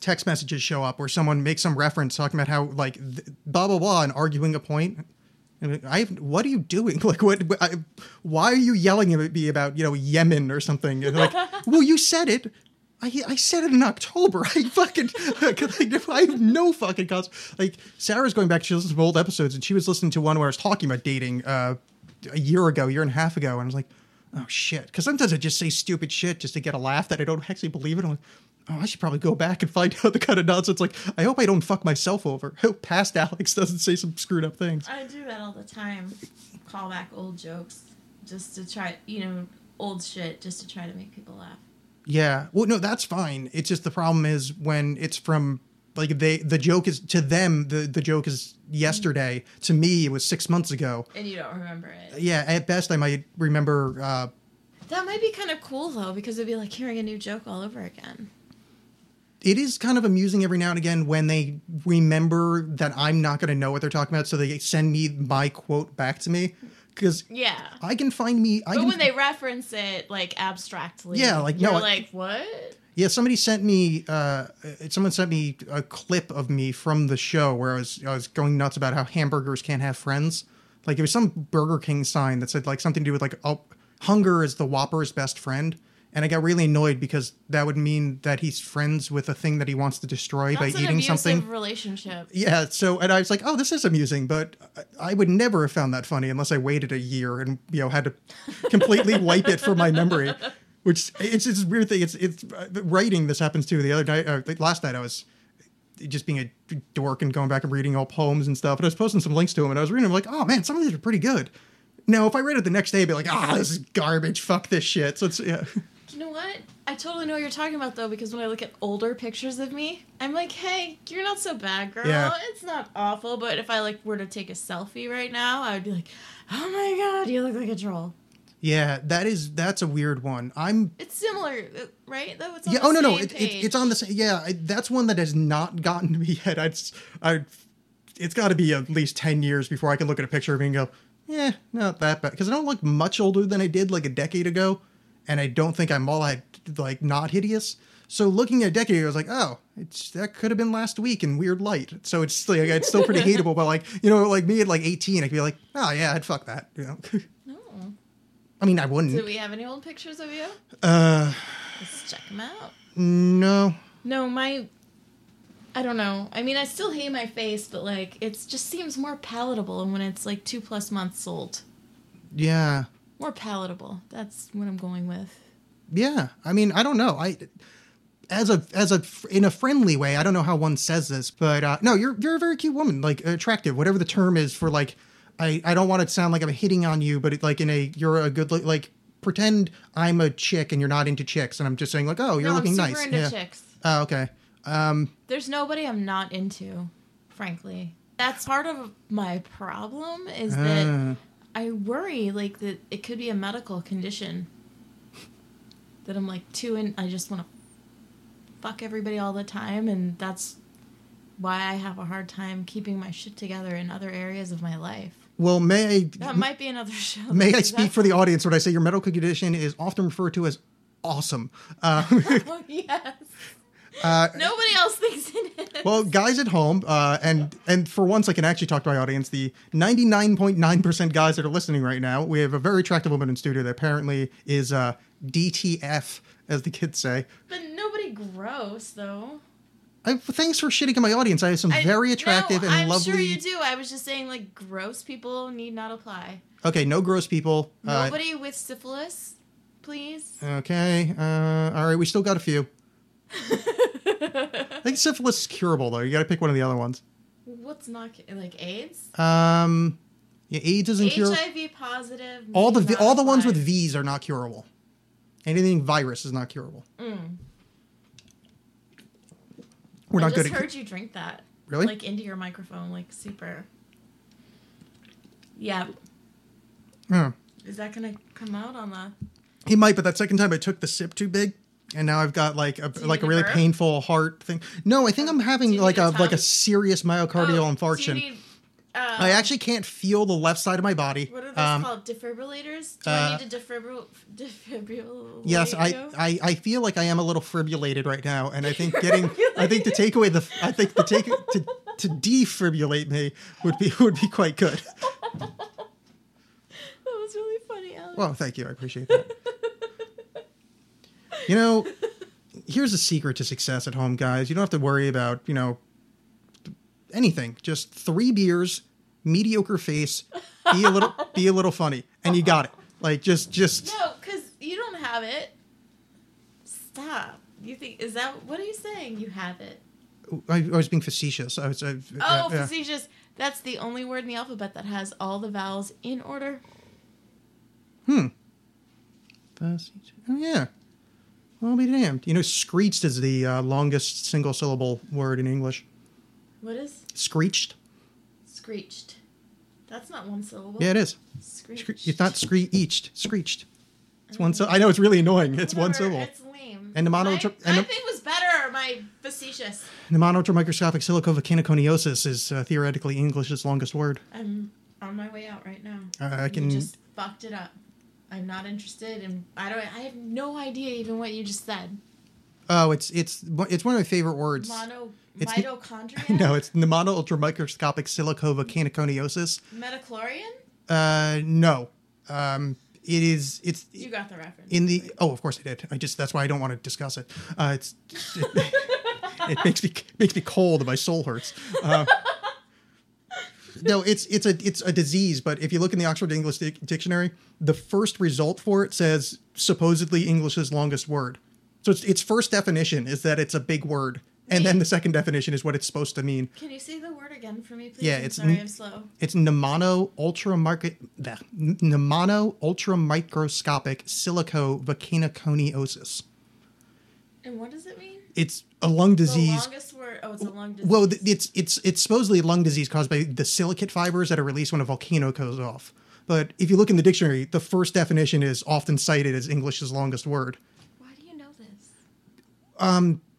Speaker 5: text messages show up where someone makes some reference talking about how like th- blah blah blah and arguing a point. I, mean, I what are you doing? Like, what? I, why are you yelling at me about you know Yemen or something? And they're like, well, you said it. I, I said it in October. I fucking like, I have no fucking cause. Like Sarah's going back. She listens to old episodes, and she was listening to one where I was talking about dating uh, a year ago, year and a half ago, and I was like, oh shit. Because sometimes I just say stupid shit just to get a laugh that I don't actually believe it. I'm like, oh, I should probably go back and find out the kind of nonsense. Like, I hope I don't fuck myself over. I hope past Alex doesn't say some screwed up things.
Speaker 6: I do that all the time. Call back old jokes just to try, you know, old shit just to try to make people laugh.
Speaker 5: Yeah. Well, no, that's fine. It's just the problem is when it's from like they the joke is to them the the joke is yesterday. To me, it was six months ago.
Speaker 6: And you don't remember it.
Speaker 5: Yeah. At best, I might remember. Uh,
Speaker 6: That might be kind of cool though, because it'd be like hearing a new joke all over again.
Speaker 5: it is kind of amusing every now and again when they remember that I'm not going to know what they're talking about, so they send me my quote back to me because
Speaker 6: Yeah.
Speaker 5: I can find me. I
Speaker 6: But
Speaker 5: can,
Speaker 6: when they reference it like abstractly,
Speaker 5: Yeah, like, no,
Speaker 6: you're
Speaker 5: I-
Speaker 6: like what?
Speaker 5: Yeah, somebody sent me. Uh, someone sent me a clip of me from the show where I was I was going nuts about how hamburgers can't have friends. Like it was some Burger King sign that said like something to do with like oh, hunger is the Whopper's best friend, and I got really annoyed because that would mean that he's friends with a thing that he wants to destroy
Speaker 6: That's
Speaker 5: by
Speaker 6: an
Speaker 5: eating
Speaker 6: abusive
Speaker 5: something.
Speaker 6: relationship.
Speaker 5: Yeah, so and I was like, oh, this is amusing, but I- I would never have found that funny unless I waited a year and you know had to completely wipe it from my memory. Which it's it's this weird thing. It's it's uh, writing. This happens too. The other night, uh, like, last night, I was just being a dork and going back and reading all poems and stuff. And I was posting some links to them, and I was reading them like, oh man, some of these are pretty good. Now, if I read it the next day, I'd be like, ah, this is garbage. Fuck this shit. So it's yeah,
Speaker 6: You know what? I totally know what you're talking about though, because when I look at older pictures of me, I'm like, hey, you're not so bad, girl.
Speaker 5: Yeah.
Speaker 6: It's not awful. But if I like were to take a selfie right now, I would be like, oh my god, you look like a troll.
Speaker 5: yeah. That is that's a weird one. I'm
Speaker 6: It's similar, uh, right? Though it's on
Speaker 5: yeah.
Speaker 6: The
Speaker 5: Oh no, no.
Speaker 6: same
Speaker 5: It,
Speaker 6: page.
Speaker 5: it, it's on the same. Yeah, I, that's one that has not gotten to me yet. I'd, s- I'd it's got to be at least ten years before I can look at a picture of me and go, yeah, not that bad. Because I don't look much older than I did like a decade ago, and I don't think I'm all that like not hideous. So looking at a decade, ago, I was like, oh, it's that could have been last week in weird light. So it's like it's still pretty hateable, but like you know, like me at like eighteen, I could be like, oh yeah, I'd fuck that. You know,
Speaker 6: No.
Speaker 5: I mean, I wouldn't.
Speaker 6: Do we have any old pictures of you? Uh. Let's check them out.
Speaker 5: no,
Speaker 6: No, my. I don't know. I mean, I still hate my face, but like, it just seems more palatable when it's like two plus months old.
Speaker 5: yeah.
Speaker 6: More palatable. That's what I'm going with.
Speaker 5: Yeah, I mean, I don't know. I as a as a in a friendly way, I don't know how one says this, but uh, no, you're you're a very cute woman, like attractive, whatever the term is for like. I I don't want it to sound like I'm hitting on you, but it, like in a you're a good look- like pretend I'm a chick and you're not into chicks, and I'm just saying like, oh, you're
Speaker 6: no,
Speaker 5: looking
Speaker 6: I'm
Speaker 5: nice.
Speaker 6: super into
Speaker 5: yeah.
Speaker 6: chicks.
Speaker 5: Oh, okay. Um,
Speaker 6: There's nobody I'm not into, frankly. That's part of my problem is
Speaker 5: Ah.
Speaker 6: that I worry like that it could be a medical condition. That I'm like too in I just want to fuck everybody all the time and that's why I have a hard time keeping my shit together in other areas of my life.
Speaker 5: Well, may I,
Speaker 6: That might be another show.
Speaker 5: may I
Speaker 6: That's-
Speaker 5: speak for the audience when I say your medical condition is often referred to as awesome. Uh,
Speaker 6: Oh, yes. Nobody else thinks it is.
Speaker 5: Well, guys at home, uh, and and for once, I can actually talk to my audience. The ninety nine point nine percent guys that are listening right now, we have a very attractive woman in studio that apparently is uh, DTF, as the kids say.
Speaker 6: But nobody gross though.
Speaker 5: I, thanks for shitting on my audience. I have some
Speaker 6: I-
Speaker 5: very attractive
Speaker 6: no,
Speaker 5: and
Speaker 6: I'm
Speaker 5: lovely.
Speaker 6: sure you do. I was just saying, like, gross people need not apply.
Speaker 5: Okay, no gross people. Uh,
Speaker 6: Nobody with syphilis, please.
Speaker 5: okay, uh, all right, we still got a few. I think syphilis is curable though. You got to pick one of the other ones.
Speaker 6: What's not cu- like AIDS?
Speaker 5: Um, yeah, AIDS isn't curable.
Speaker 6: HIV positive.
Speaker 5: All the
Speaker 6: need
Speaker 5: vi-
Speaker 6: not
Speaker 5: all the ones
Speaker 6: apply.
Speaker 5: with V's are not curable. Anything virus is not curable. We're
Speaker 6: Mm. I
Speaker 5: not good
Speaker 6: just
Speaker 5: at
Speaker 6: heard you drink that.
Speaker 5: Really?
Speaker 6: Like into your microphone, like super. Yeah.
Speaker 5: Yeah.
Speaker 6: Is that gonna come out on the?
Speaker 5: He might, but that second time I took the sip too big, and now I've got like a
Speaker 6: you
Speaker 5: like a
Speaker 6: need a
Speaker 5: really
Speaker 6: burp? Oh,
Speaker 5: painful heart thing. No, I think I'm
Speaker 6: Do
Speaker 5: having
Speaker 6: you
Speaker 5: like
Speaker 6: need
Speaker 5: a
Speaker 6: a
Speaker 5: like a
Speaker 6: towel?
Speaker 5: serious myocardial
Speaker 6: Oh,
Speaker 5: infarction.
Speaker 6: Do you need, uh,
Speaker 5: I actually can't feel the left side of my body.
Speaker 6: What are those
Speaker 5: Um,
Speaker 6: called? Defibrillators? Do
Speaker 5: uh,
Speaker 6: I need to defibril- defibrillate?
Speaker 5: Yes, I,
Speaker 6: you?
Speaker 5: I, I feel like I am a little fibrillate right now, and I think getting I think to take away the I think the take to to defibrillate me would be would be quite good.
Speaker 6: That was really funny, Alex.
Speaker 5: Well, thank you. I appreciate that. you know, here's the secret to success at home, guys. You don't have to worry about, you know, anything. Just three beers, mediocre face, be a little be a little funny, and you got it. Like just just
Speaker 6: no, because you don't have it. Stop. You think is that what are you saying? You have it.
Speaker 5: I, I was being facetious. I was I,
Speaker 6: Oh,
Speaker 5: yeah, yeah.
Speaker 6: facetious. That's the only word in the alphabet that has all the vowels in order.
Speaker 5: Facetious. Hmm. Oh yeah. Well, be damned. You know, screeched is the uh, longest single syllable word in English.
Speaker 6: What is
Speaker 5: Screeched.
Speaker 6: screeched? That's not one syllable.
Speaker 5: Yeah, it is. Scree-
Speaker 6: Screeched. Mm.
Speaker 5: you thought screeched, screeched. It's one syllable. I know it's really annoying. It's one
Speaker 6: Whatever,
Speaker 5: syllable.
Speaker 6: It's lame.
Speaker 5: And the mono-
Speaker 6: My,
Speaker 5: and
Speaker 6: my
Speaker 5: the-
Speaker 6: thing was better. My facetious.
Speaker 5: The monotromicroscopic silicovolcaniconiosis is uh, theoretically English's longest word.
Speaker 6: I'm on my way out right now.
Speaker 5: Uh, I- I
Speaker 6: You
Speaker 5: can-
Speaker 6: just fucked it up. I'm not interested, and I don't. I have no idea even what you just said.
Speaker 5: Oh, it's it's it's one of my favorite words.
Speaker 6: Mono
Speaker 5: it's-
Speaker 6: mitochondria.
Speaker 5: no, it's the monoultramicroscopic silicovolcaniconiosis.
Speaker 6: Metachlorian?
Speaker 5: Uh, no, um, it is it's
Speaker 6: You got the reference.
Speaker 5: in the oh, of course I did. I just that's why I don't want to discuss it. Uh, it's it, it makes me makes me cold and my soul hurts. Uh, no, it's it's a it's a disease. But if you look in the Oxford English Dic- Dictionary, the first result for it says supposedly English's longest word. So it's, its first definition is that it's a big word, and then the second definition is what it's supposed to mean.
Speaker 6: Can you say the word again for me, please?
Speaker 5: Yeah,
Speaker 6: I'm
Speaker 5: it's
Speaker 6: sorry,
Speaker 5: n-
Speaker 6: I'm slow.
Speaker 5: It's mnemonic ultra market mnemonic ultra microscopic silico volcaniconiosis.
Speaker 6: And what does it mean?
Speaker 5: It's a lung
Speaker 6: The
Speaker 5: disease.
Speaker 6: longest word. Oh, it's a long disease.
Speaker 5: Well, th- it's it's it's supposedly a lung disease caused by the silicate fibers that are released when a volcano goes off. But if you look in the dictionary, the first definition is often cited as English's longest word.
Speaker 6: Why do you know this?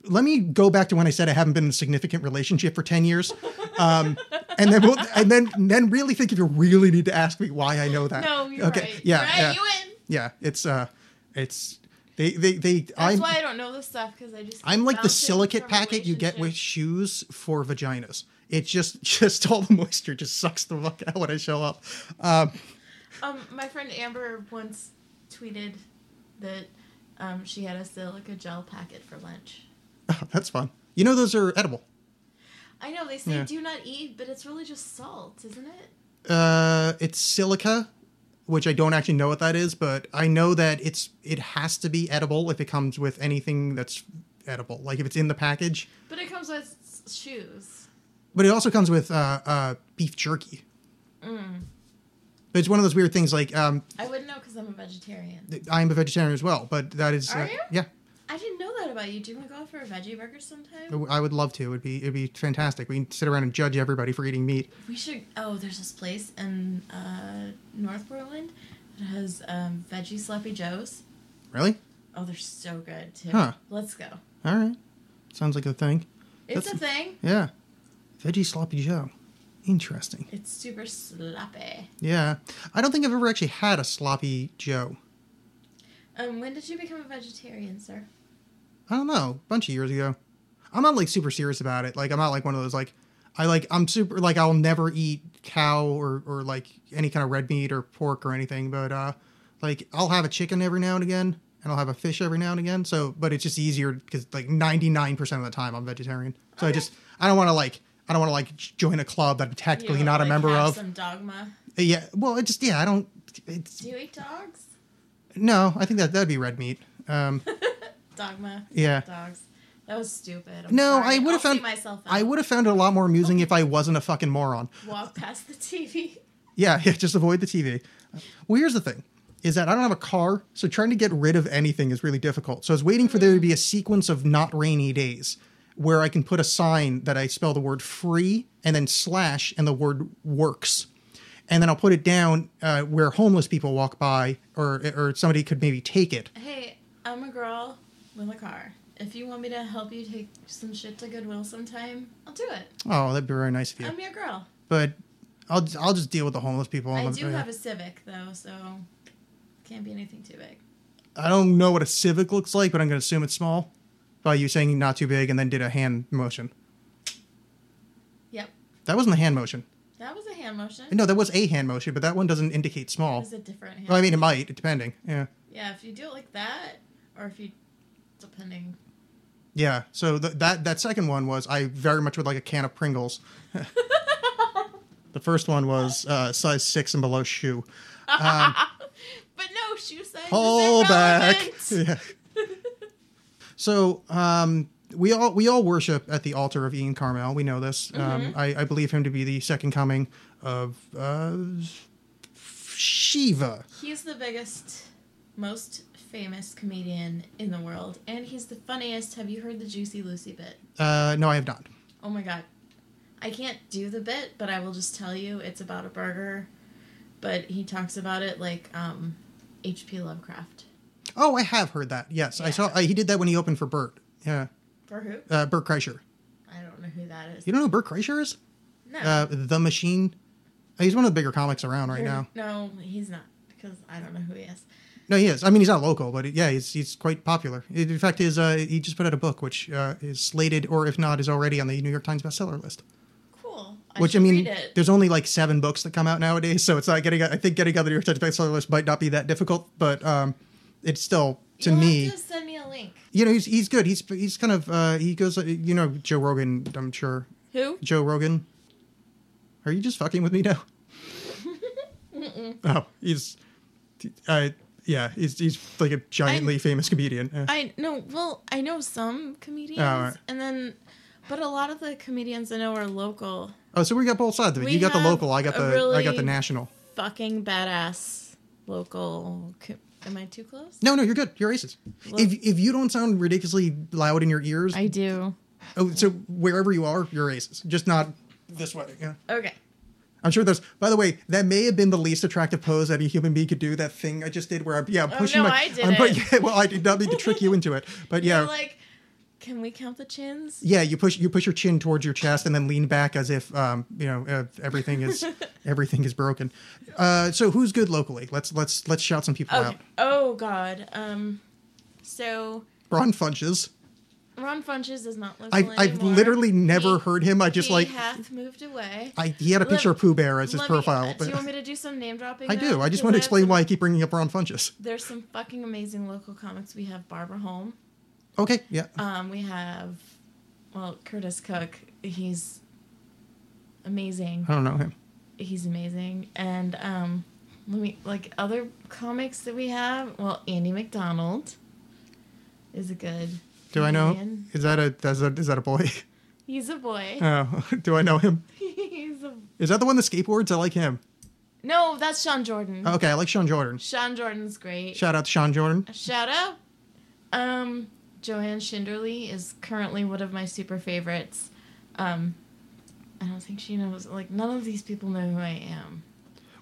Speaker 5: Let me go back to when I said I haven't been in a significant relationship for ten years, um, and then we'll, and then then really think if you really need to ask me why I know that.
Speaker 6: No, you're right.
Speaker 5: Yeah,
Speaker 6: Right,
Speaker 5: yeah,
Speaker 6: you win.
Speaker 5: yeah. It's uh, it's they they they.
Speaker 6: That's
Speaker 5: I'm
Speaker 6: why I don't know this stuff because I just.
Speaker 5: I'm like the
Speaker 6: bounce it
Speaker 5: silicate
Speaker 6: from
Speaker 5: packet you get with
Speaker 6: relationship.
Speaker 5: shoes for vaginas. It just just all the moisture just sucks the fuck out when I show up. Um,
Speaker 6: Um, my friend Amber once tweeted that um, she had a silica gel packet for lunch.
Speaker 5: that's fun. You know those are edible.
Speaker 6: I know they say
Speaker 5: Yeah.
Speaker 6: do not eat, but it's really just salt, isn't it?
Speaker 5: Uh, it's silica, which I don't actually know what that is, but I know that it's it has to be edible if it comes with anything that's edible. Like if it's in the package,
Speaker 6: But it comes with s- shoes.
Speaker 5: but it also comes with uh, uh, beef jerky.
Speaker 6: Mm.
Speaker 5: It's one of those weird things. Like um,
Speaker 6: I wouldn't know because I'm a vegetarian.
Speaker 5: I am a vegetarian as well, but that is
Speaker 6: Are
Speaker 5: uh,
Speaker 6: you?
Speaker 5: yeah.
Speaker 6: I didn't know that about you. Do you want to go out for a veggie burger sometime?
Speaker 5: I would love to. It'd be it'd be fantastic. We can sit around and judge everybody for eating meat.
Speaker 6: We should. Oh, there's this place in uh, North Portland that has um, veggie sloppy joes.
Speaker 5: Really?
Speaker 6: Oh, they're so good too.
Speaker 5: Huh.
Speaker 6: Let's go.
Speaker 5: All right. Sounds like a thing.
Speaker 6: It's
Speaker 5: That's-
Speaker 6: a thing.
Speaker 5: Yeah. Veggie sloppy joe. Interesting.
Speaker 6: It's super sloppy.
Speaker 5: Yeah. I don't think I've ever actually had a sloppy joe.
Speaker 6: Um, when did you become a vegetarian, sir?
Speaker 5: I don't know, a bunch of years ago. I'm not like super serious about it. Like I'm not like one of those like I like I'm super like I'll never eat cow or or like any kind of red meat or pork or anything, but uh like I'll have a chicken every now and again and I'll have a fish every now and again. So, but it's just easier cuz like 99% of the time I'm vegetarian. So I just I don't want to like I don't want to like j- join a club that I'm
Speaker 6: You
Speaker 5: technically
Speaker 6: don't,
Speaker 5: not a
Speaker 6: like,
Speaker 5: member
Speaker 6: have
Speaker 5: of.
Speaker 6: Some dogma.
Speaker 5: Yeah, well, it just yeah, I don't it's
Speaker 6: Do you eat dogs?
Speaker 5: no, I think that that'd be red meat. Um
Speaker 6: Dogma.
Speaker 5: Yeah.
Speaker 6: Dogs. That was stupid. I'm
Speaker 5: No,
Speaker 6: sorry.
Speaker 5: I would
Speaker 6: I'll
Speaker 5: have found
Speaker 6: see myself.
Speaker 5: I
Speaker 6: out.
Speaker 5: would have found it a lot more amusing if I wasn't a fucking moron.
Speaker 6: walk past the TV.
Speaker 5: Yeah, yeah, just avoid the TV. Well, here's the thing is that I don't have a car, so trying to get rid of anything is really difficult. So I was waiting for there to be
Speaker 6: Mm.
Speaker 5: a sequence of not rainy days where I can put a sign that I spell the word free and then slash and the word works. And then I'll put it down uh, where homeless people walk by or or somebody could maybe take it.
Speaker 6: Hey, I'm a girl with a car. If you want me to help you take some shit to Goodwill sometime, I'll do it.
Speaker 5: Oh, that'd be very nice of you.
Speaker 6: I'm your girl.
Speaker 5: But I'll I'll just deal with the homeless people.
Speaker 6: I
Speaker 5: I'm-
Speaker 6: do have a Civic though, so can't be anything too big.
Speaker 5: I don't know what a Civic looks like, but I'm going to assume it's small by you saying not too big and then did a hand motion.
Speaker 6: Yep.
Speaker 5: That wasn't a hand motion.
Speaker 6: That was a hand motion.
Speaker 5: No, that was a hand motion, but that one doesn't indicate small.
Speaker 6: It's a different hand.
Speaker 5: Well, I mean, it might, depending. Yeah.
Speaker 6: yeah, if you do it like that, or if you, depending.
Speaker 5: Yeah. So th- that that second one was I very much would like a can of Pringles. the first one was uh, size six and below shoe.
Speaker 6: But no, shoe size
Speaker 5: Pull
Speaker 6: is
Speaker 5: back.
Speaker 6: irrelevant.
Speaker 5: Yeah. so um, we all we all worship at the altar of Ian Carmel. We know this. Um, I, I believe him to be the second coming of uh, Shiva.
Speaker 6: He's the biggest, most famous comedian in the world, and he's the funniest. Have you heard the Juicy Lucy bit?
Speaker 5: Uh, no, I have not.
Speaker 6: Oh my god. I can't do the bit, but I will just tell you it's about a burger. But he talks about it like um H.P. Lovecraft.
Speaker 5: Oh, I have heard that. Yes, I
Speaker 6: Yeah.
Speaker 5: saw. I, he did that when he opened for Bert. Yeah,
Speaker 6: For who?
Speaker 5: uh, Bert Kreischer.
Speaker 6: I don't know who that is.
Speaker 5: You don't know who Bert Kreischer is?
Speaker 6: No.
Speaker 5: Uh, the Machine. Uh, He's one of the bigger comics around right
Speaker 6: You're-
Speaker 5: now.
Speaker 6: No, he's not because I don't know who he is.
Speaker 5: No, he is. I mean, he's not local, but yeah, he's he's quite popular. In fact, his uh, he just put out a book which uh, is slated, or if not, is already on the New York Times bestseller list.
Speaker 6: Cool. I
Speaker 5: Which I
Speaker 6: should
Speaker 5: mean,
Speaker 6: read it.
Speaker 5: there's only like seven books that come out nowadays, so it's not getting. I think getting on the New York Times bestseller list might not be that difficult, but um, it's still to
Speaker 6: You'll
Speaker 5: me.
Speaker 6: have to send me a link.
Speaker 5: you know, he's he's good. He's he's kind of uh, he goes. uh, You know, Joe Rogan. I'm sure
Speaker 6: Who?
Speaker 5: Joe Rogan. Are you just fucking with me now? oh, he's, uh, yeah, he's he's like a giantly famous comedian. Uh,
Speaker 6: I know. Well, I know some comedians,
Speaker 5: right.
Speaker 6: and then, but a lot of the comedians I know are local.
Speaker 5: oh, so we got both sides of it.
Speaker 6: we
Speaker 5: You got the
Speaker 6: have
Speaker 5: local. I got
Speaker 6: a
Speaker 5: the I got the
Speaker 6: really-
Speaker 5: national.
Speaker 6: Fucking badass local. Co- Am I too close?
Speaker 5: No, no, you're good. You're racist.
Speaker 6: Well-
Speaker 5: if if you don't sound ridiculously loud in your ears,
Speaker 6: I do.
Speaker 5: oh, so wherever you are, you're racist. Just not this way. Yeah.
Speaker 6: Okay.
Speaker 5: I'm sure there's. By the way, that may have been the least attractive pose that a human being could do. That thing I just did, where I'm yeah, I'm
Speaker 6: Oh,
Speaker 5: pushing
Speaker 6: no,
Speaker 5: my.
Speaker 6: I did
Speaker 5: I'm, pu-
Speaker 6: it.
Speaker 5: yeah, well, I did not mean to trick you into it, but yeah.
Speaker 6: You're like, can we count the chins?
Speaker 5: Yeah, you push you push your chin towards your chest and then lean back as if um, you know uh, everything is everything is broken. Uh, so who's good locally? Let's let's let's shout some people
Speaker 6: Okay.
Speaker 5: out.
Speaker 6: Oh God. Um. So
Speaker 5: Ron Funches.
Speaker 6: Ron Funches is not local
Speaker 5: I've, I've
Speaker 6: anymore.
Speaker 5: literally never
Speaker 6: He-
Speaker 5: heard him. I just
Speaker 6: He
Speaker 5: like
Speaker 6: hath moved away.
Speaker 5: I, he had a picture
Speaker 6: Let-
Speaker 5: of Pooh Bear as his
Speaker 6: Let me- uh,
Speaker 5: profile.
Speaker 6: do you want
Speaker 5: But
Speaker 6: me to do some name dropping?
Speaker 5: I
Speaker 6: though?
Speaker 5: do. I just
Speaker 6: Because
Speaker 5: want to
Speaker 6: have
Speaker 5: explain
Speaker 6: some-
Speaker 5: why I keep bringing up Ron Funches.
Speaker 6: There's some fucking amazing local comics. We have Barbara Holm.
Speaker 5: Okay, yeah.
Speaker 6: Um, we have, well, Curtis Cook. He's amazing.
Speaker 5: I don't know him.
Speaker 6: He's amazing. And um, let me like other comics that we have. Well, Andy McDonald is a good.
Speaker 5: Do I know?
Speaker 6: comedian.
Speaker 5: Is that a is that, is that a boy?
Speaker 6: He's a boy.
Speaker 5: Oh, do I know him?
Speaker 6: He's a
Speaker 5: Is that the one that skateboards? I like him.
Speaker 6: no. That's Sean Jordan.
Speaker 5: Okay, I like Sean Jordan.
Speaker 6: Sean Jordan's great.
Speaker 5: Shout out to Sean Jordan.
Speaker 6: Shout out. Um, Joanne Schinderly is currently one of my super favorites. Um, I don't think she knows. Like none of these people know who I am.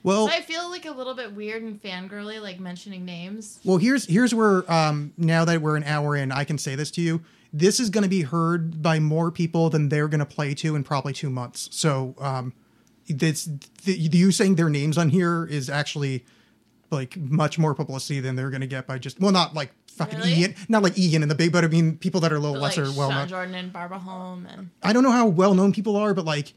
Speaker 5: Well,
Speaker 6: So I feel like a little bit weird and fangirly, like mentioning names.
Speaker 5: Well, here's here's where um, now that we're an hour in, I can say this to you. This is going to be heard by more people than they're going to play to in probably two months. So, um, this th- you saying their names on here is actually like much more publicity than they're going to get by just well, not like fucking
Speaker 6: Really?
Speaker 5: Ian, not like Ian and the big, but I mean people that are a little
Speaker 6: But, like
Speaker 5: lesser well
Speaker 6: Sean
Speaker 5: known.
Speaker 6: Jordan and Barbara Holm and
Speaker 5: I don't know how well known people are, but like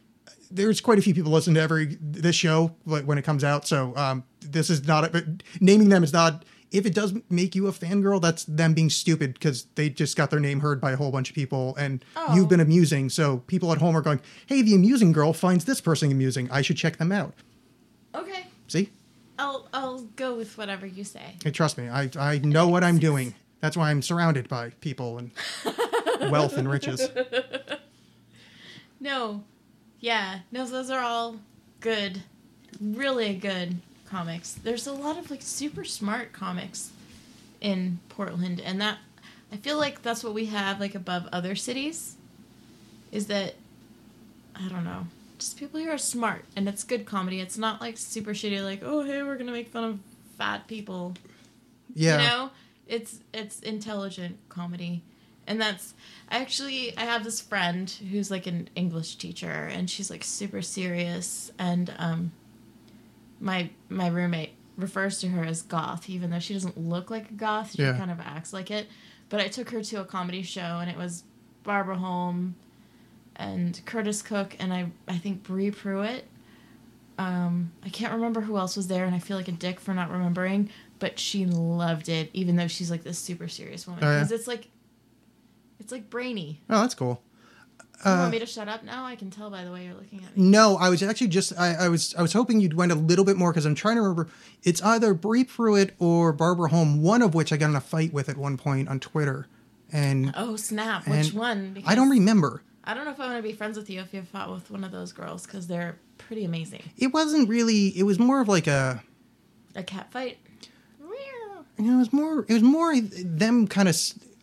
Speaker 5: there's quite a few people listen to every this show like, when it comes out. So um, this is not but naming them is not. If it does make you a fangirl, that's them being stupid because they just got their name heard by a whole bunch of people, and
Speaker 6: Oh.
Speaker 5: you've been amusing. So people at home are going, "Hey, the amusing girl finds this person amusing. I should check them out."
Speaker 6: okay.
Speaker 5: See,
Speaker 6: I'll I'll go with whatever you say.
Speaker 5: hey, trust me, I I know what I'm doing. That's why I'm surrounded by people and wealth and riches.
Speaker 6: No, yeah, no, those are all good, really good comics. There's a lot of like super smart comics in Portland, and that I feel like that's what we have like above other cities. Is that I don't know, just people who are smart, and it's good comedy. It's not like super shitty, like oh hey, we're gonna make fun of fat people.
Speaker 5: Yeah.
Speaker 6: You know, it's it's intelligent comedy, and that's I actually I have this friend who's like an English teacher, and she's like super serious, and um, my my roommate refers to her as goth, even though she doesn't look like a goth. She
Speaker 5: Yeah.
Speaker 6: kind of acts like it. But I took her to a comedy show, and it was Barbara Holm and Curtis Cook, and I I think Brie Pruitt. um, I can't remember who else was there, and I feel like a dick for not remembering. But she loved it, even though she's like this super serious woman.
Speaker 5: Oh, yeah?
Speaker 6: Because it's like, it's like brainy.
Speaker 5: Oh, that's cool. Uh,
Speaker 6: you want me to shut up now? I can tell by the way you're looking at me.
Speaker 5: No, I was actually just I, I was I was hoping you'd went a little bit more because I'm trying to remember. It's either Bree Pruitt or Barbara Holm, one of which I got in a fight with at one point on Twitter, and
Speaker 6: Oh snap!
Speaker 5: and
Speaker 6: Which one?
Speaker 5: I don't remember.
Speaker 6: I don't know if I want to be friends with you if you've fought with one of those girls because they're pretty amazing.
Speaker 5: It wasn't really. It was more of like a.
Speaker 6: A cat fight.
Speaker 5: You know, it was more. It was more them kind of.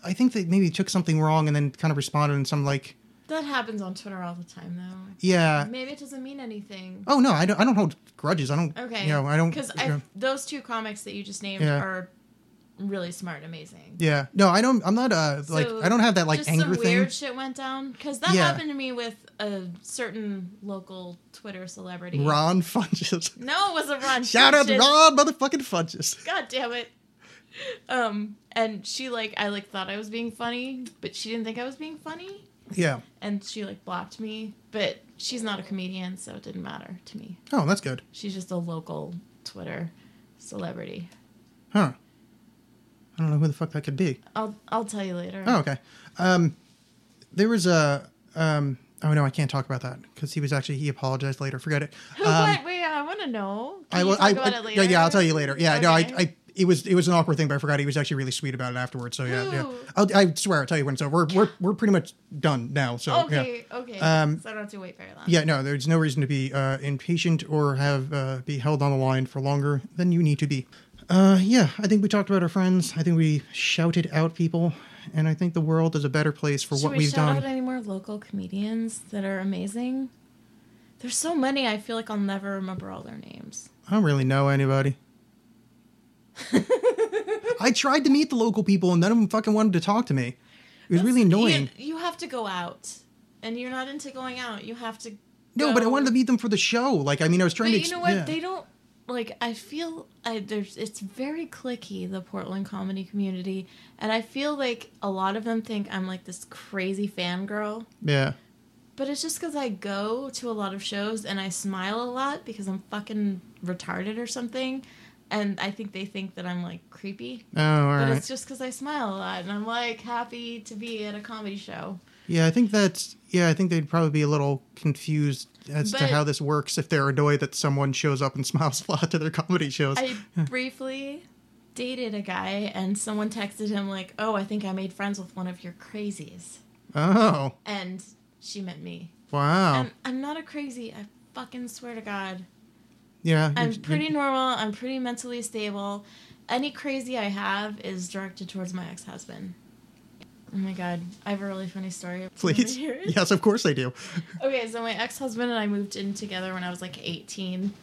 Speaker 5: I think they maybe took something wrong and then kind of responded in some like,
Speaker 6: That happens on Twitter all the time, though.
Speaker 5: yeah.
Speaker 6: Maybe it doesn't mean anything.
Speaker 5: Oh no, I don't. I don't hold grudges. I don't.
Speaker 6: Okay.
Speaker 5: You know, I don't.
Speaker 6: Because
Speaker 5: you know.
Speaker 6: those two comics that you just named
Speaker 5: Yeah.
Speaker 6: are really smart, amazing.
Speaker 5: Yeah. No, I don't. I'm not. Uh, like
Speaker 6: So,
Speaker 5: I don't have that like
Speaker 6: just
Speaker 5: anger
Speaker 6: some
Speaker 5: thing.
Speaker 6: weird shit went down because that
Speaker 5: Yeah.
Speaker 6: happened to me with a certain local Twitter celebrity.
Speaker 5: Ron Funches.
Speaker 6: No, it wasn't Ron.
Speaker 5: Shout out to
Speaker 6: Funches.
Speaker 5: Ron motherfucking Funches.
Speaker 6: God damn it. Um, and she like I like thought I was being funny, but she didn't think I was being funny,
Speaker 5: Yeah.
Speaker 6: and she like blocked me. But she's not a comedian, so it didn't matter to me.
Speaker 5: Oh, that's good.
Speaker 6: She's just a local Twitter celebrity.
Speaker 5: Huh. I don't know who the fuck that could be.
Speaker 6: I'll I'll tell you later.
Speaker 5: Oh, okay. Um, there was a. Um, oh no, I can't talk about that because he was actually he apologized later. Forget it.
Speaker 6: Who-
Speaker 5: Um,
Speaker 6: what? Wait, I want to know. Can
Speaker 5: I
Speaker 6: you
Speaker 5: will.
Speaker 6: talk
Speaker 5: I,
Speaker 6: about
Speaker 5: I-
Speaker 6: it
Speaker 5: yeah,
Speaker 6: later?
Speaker 5: yeah, I'll tell you later. Yeah, no, I,
Speaker 6: Okay.
Speaker 5: I. It was it was an awkward thing, but I forgot he was actually really sweet about it afterwards. So yeah, yeah.
Speaker 6: Ooh.
Speaker 5: I'll, I swear I'll tell you when. So we're we're we're pretty much done now. So yeah.
Speaker 6: Okay, okay.
Speaker 5: Um,
Speaker 6: so I don't have to wait very long.
Speaker 5: Yeah, no, there's no reason to be uh, impatient or have uh, be held on the line for longer than you need to be. Uh, yeah, I think we talked about our friends. I think we shouted out people, and I think the world is a better place for
Speaker 6: Should
Speaker 5: what
Speaker 6: we
Speaker 5: we've
Speaker 6: shout
Speaker 5: done.
Speaker 6: out any more local comedians that are amazing? There's so many. I feel like I'll never remember all their names.
Speaker 5: I don't really know anybody. I tried to meet the local people, and none of them fucking wanted to talk to me. It was really annoying.
Speaker 6: You, you have to go out, and you're not into going out. You have to.
Speaker 5: No, but I wanted to meet them for the show. Like, I mean, I was trying
Speaker 6: But
Speaker 5: to.
Speaker 6: you
Speaker 5: ex-
Speaker 6: know what?
Speaker 5: yeah.
Speaker 6: They don't like. I feel I, there's. It's very clicky the Portland comedy community, and I feel like a lot of them think I'm like this crazy fangirl.
Speaker 5: Yeah.
Speaker 6: But it's just because I go to a lot of shows and I smile a lot because I'm fucking retarded or something. And I think they think that I'm like creepy.
Speaker 5: Oh, all
Speaker 6: but
Speaker 5: right.
Speaker 6: it's just because I smile a lot and I'm like happy to be at a comedy show.
Speaker 5: Yeah, I think that's. Yeah, I think they'd probably be a little confused as to
Speaker 6: But-
Speaker 5: how this works if they're annoyed that someone shows up and smiles a lot to their comedy shows.
Speaker 6: I briefly dated a guy and someone texted him, like, oh, I think I made friends with one of your crazies.
Speaker 5: Oh,
Speaker 6: And she meant me.
Speaker 5: wow.
Speaker 6: And I'm not a crazy. I fucking swear to God.
Speaker 5: yeah,
Speaker 6: I'm
Speaker 5: you're-
Speaker 6: pretty normal. I'm pretty mentally stable. Any crazy I have is directed towards my ex husband. Oh my god, I have a really funny story. Do you wanna
Speaker 5: Please.
Speaker 6: hear it?
Speaker 5: Yes, of course I do.
Speaker 6: Okay, so my ex husband and I moved in together when I was like 18.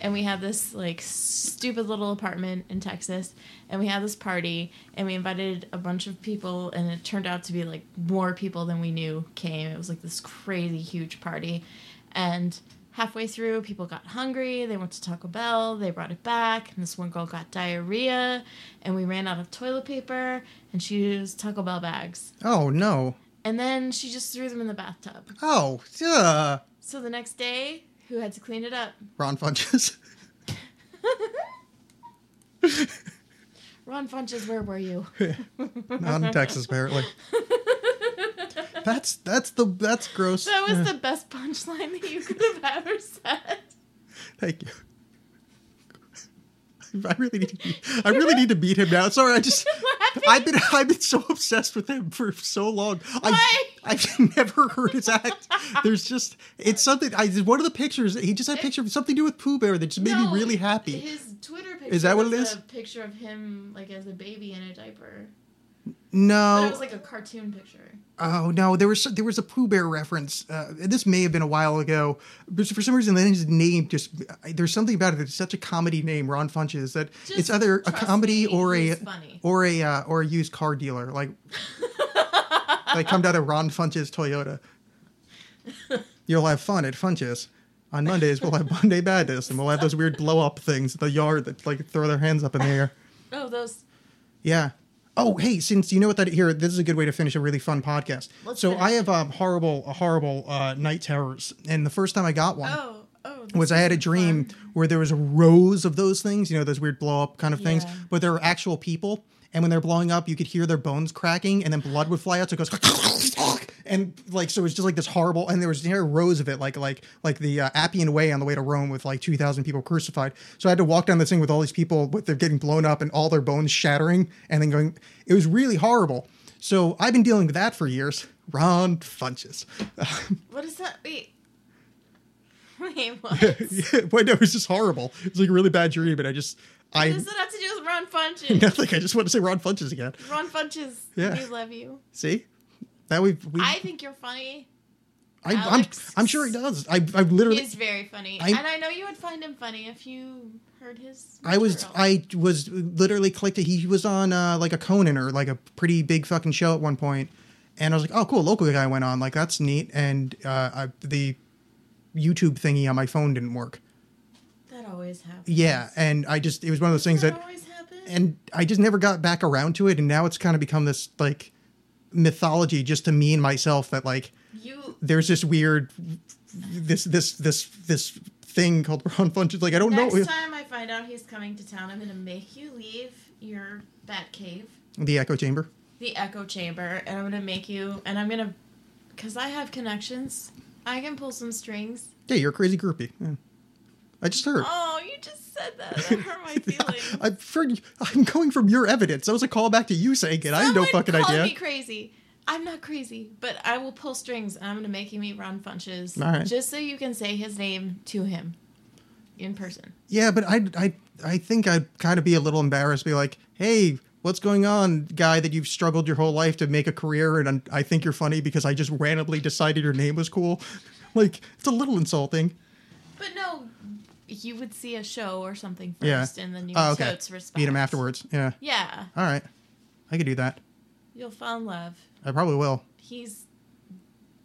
Speaker 6: And we had this like stupid little apartment in Texas. And we had this party. And we invited a bunch of people. And it turned out to be like more people than we knew came. It was like this crazy huge party. And halfway through, people got hungry. They went to Taco Bell. They brought it back. And this one girl got diarrhea. And we ran out of toilet paper. And she used Taco Bell bags.
Speaker 5: Oh no.
Speaker 6: And then she just threw them in the bathtub.
Speaker 5: Oh, yeah.
Speaker 6: So the next day, who had to clean it up?
Speaker 5: Ron Funches.
Speaker 6: Ron Funches, where were you?
Speaker 5: Not in Texas, apparently. That's that's the that's gross.
Speaker 6: That was the best punchline that you could have ever said.
Speaker 5: Thank you. I really need to be, I really need to beat him now. Sorry, I just I've been I've been so obsessed with him for so long. I
Speaker 6: Why?
Speaker 5: I've never heard his act. There's just it's something I one of the pictures he just had a picture of something to do with Pooh Bear that just made
Speaker 6: No,
Speaker 5: me really happy.
Speaker 6: His Twitter picture
Speaker 5: Is that what it
Speaker 6: was
Speaker 5: is?
Speaker 6: A picture of him like as a baby in a diaper.
Speaker 5: no.
Speaker 6: But it was like a cartoon picture.
Speaker 5: Oh no, there was there was a Pooh Bear reference. Uh, this may have been a while ago, but for some reason, then his name just there's something about it. It's such a comedy name, Ron Funches, that
Speaker 6: Just
Speaker 5: it's either a
Speaker 6: trust
Speaker 5: comedy
Speaker 6: me,
Speaker 5: or a
Speaker 6: he's funny.
Speaker 5: or a uh, or a used car dealer. Like they come down to Ron Funches Toyota. You'll have fun at Funches. On Mondays, we'll have Monday Madness, and we'll have those weird blow up things at the yard that like throw their hands up in the air.
Speaker 6: Oh, those.
Speaker 5: Yeah. Oh, hey, since you know what that here, this is a good way to finish a really fun podcast.
Speaker 6: Let's
Speaker 5: so
Speaker 6: finish
Speaker 5: I have um, horrible, horrible uh, night terrors, and the first time I got one,
Speaker 6: Oh, oh
Speaker 5: was I had a dream where there was rows of those things, you know, those weird blow up kind of things,
Speaker 6: Yeah.
Speaker 5: but there were actual people. And when they're blowing up, you could hear their bones cracking, and then blood would fly out. So it goes, and like so, it was just like this horrible. And there was entire rows of it, like like like the uh, Appian Way on the way to Rome, with like two thousand people crucified. So I had to walk down this thing with all these people, with they're getting blown up and all their bones shattering, and then going. It was really horrible. So I've been dealing with that for years. Ron Funches.
Speaker 6: What is that? Wait. Wait, what? what
Speaker 5: Yeah, but no, it was just horrible. It's like a really bad dream, and I just, I
Speaker 6: does that have to do with Ron Funches?
Speaker 5: nothing. I just want to say Ron Funches again.
Speaker 6: Ron Funches,
Speaker 5: Yeah.
Speaker 6: we love you.
Speaker 5: See, that we've, we,
Speaker 6: I
Speaker 5: I,
Speaker 6: think you're funny.
Speaker 5: I, am
Speaker 6: Alex-
Speaker 5: I'm sure he does. I, I literally,
Speaker 6: He's very funny.
Speaker 5: I-
Speaker 6: and I know you would find him funny if you heard his.
Speaker 5: I was,
Speaker 6: material.
Speaker 5: I was literally clicked. it. He was on uh, like a Conan or like a pretty big fucking show at one point, and I was like, oh cool, local guy went on. Like that's neat. And uh, I, the YouTube thingy on my phone didn't work.
Speaker 6: That always happens.
Speaker 5: Yeah, and I just, it was one of those things
Speaker 6: that,
Speaker 5: that
Speaker 6: always happens.
Speaker 5: and I just never got back around to it, and now it's kind of become this like mythology just to me and myself that like
Speaker 6: you.
Speaker 5: there's this weird this this this this thing called Ron Funches. Like I don't
Speaker 6: Next
Speaker 5: know
Speaker 6: time I find out he's coming to town, I'm gonna make you leave your bat cave,
Speaker 5: the echo chamber.
Speaker 6: the echo chamber, and I'm gonna make you. And I'm gonna, cause I have connections. I can pull some strings.
Speaker 5: Yeah, you're a crazy groupie. Yeah. I just heard.
Speaker 6: Oh, you just said that. That hurt my feelings.
Speaker 5: I've heard. I'm going from your evidence. That was a callback to you saying it. I had no
Speaker 6: Someone
Speaker 5: fucking
Speaker 6: called
Speaker 5: idea.
Speaker 6: Me crazy. I'm not crazy, but I will pull strings and I'm gonna make you meet Ron Funches
Speaker 5: All right.
Speaker 6: just so you can say his name to him in person.
Speaker 5: Yeah, but I, I, I think I'd kind of be a little embarrassed, be like, hey, what's going on, guy that you've struggled your whole life to make a career, and i I think you're funny because I just randomly decided your name was cool. Like, it's a little insulting.
Speaker 6: But no, you would see a show or something
Speaker 5: Yeah.
Speaker 6: first, and then you
Speaker 5: Oh,
Speaker 6: would
Speaker 5: okay.
Speaker 6: totes respect.
Speaker 5: Meet him afterwards. Yeah.
Speaker 6: Yeah,
Speaker 5: All right. I could do that.
Speaker 6: you'll fall in love.
Speaker 5: I probably will.
Speaker 6: He's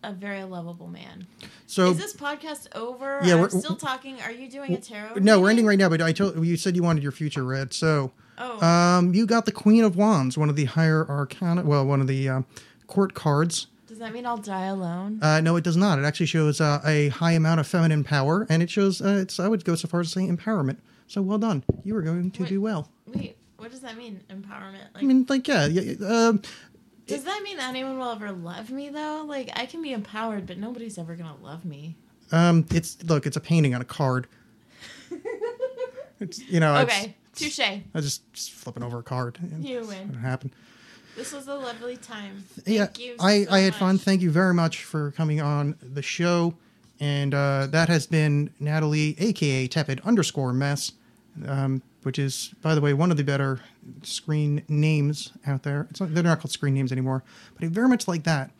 Speaker 6: a very lovable man.
Speaker 5: So,
Speaker 6: Is this podcast over?
Speaker 5: Yeah,
Speaker 6: I'm
Speaker 5: we're-
Speaker 6: still talking. Are you doing a tarot?
Speaker 5: no, we're
Speaker 6: reading?
Speaker 5: ending right now, but I told you said you wanted your future read. So,
Speaker 6: Oh,
Speaker 5: um, you got the Queen of Wands, one of the higher arcana, well, one of the um, court cards.
Speaker 6: does that mean I'll die alone?
Speaker 5: Uh, no, it does not. It actually shows uh, a high amount of feminine power, and it shows. Uh, it's, I would go so far as to say empowerment. So well done. You are going to
Speaker 6: Wait.
Speaker 5: do well.
Speaker 6: Wait, what does that mean? Empowerment? Like,
Speaker 5: I mean, like yeah, yeah, yeah, um,
Speaker 6: Does that mean anyone will ever love me though? Like I can be empowered, but nobody's ever gonna love me.
Speaker 5: um, it's look, it's a painting on a card. it's you know, it's-
Speaker 6: Okay, touche.
Speaker 5: I was just, just flipping over a card.
Speaker 6: You
Speaker 5: It's
Speaker 6: win.
Speaker 5: gonna happen.
Speaker 6: This was a lovely time. Thank
Speaker 5: yeah,
Speaker 6: you.
Speaker 5: I
Speaker 6: so
Speaker 5: I had fun.
Speaker 6: much.
Speaker 5: Thank you very much for coming on the show, and uh, that has been Natalie, aka Tepid underscore Mess, um, which is by the way one of the better screen names out there. It's not, they're not called screen names anymore, but I very much like that.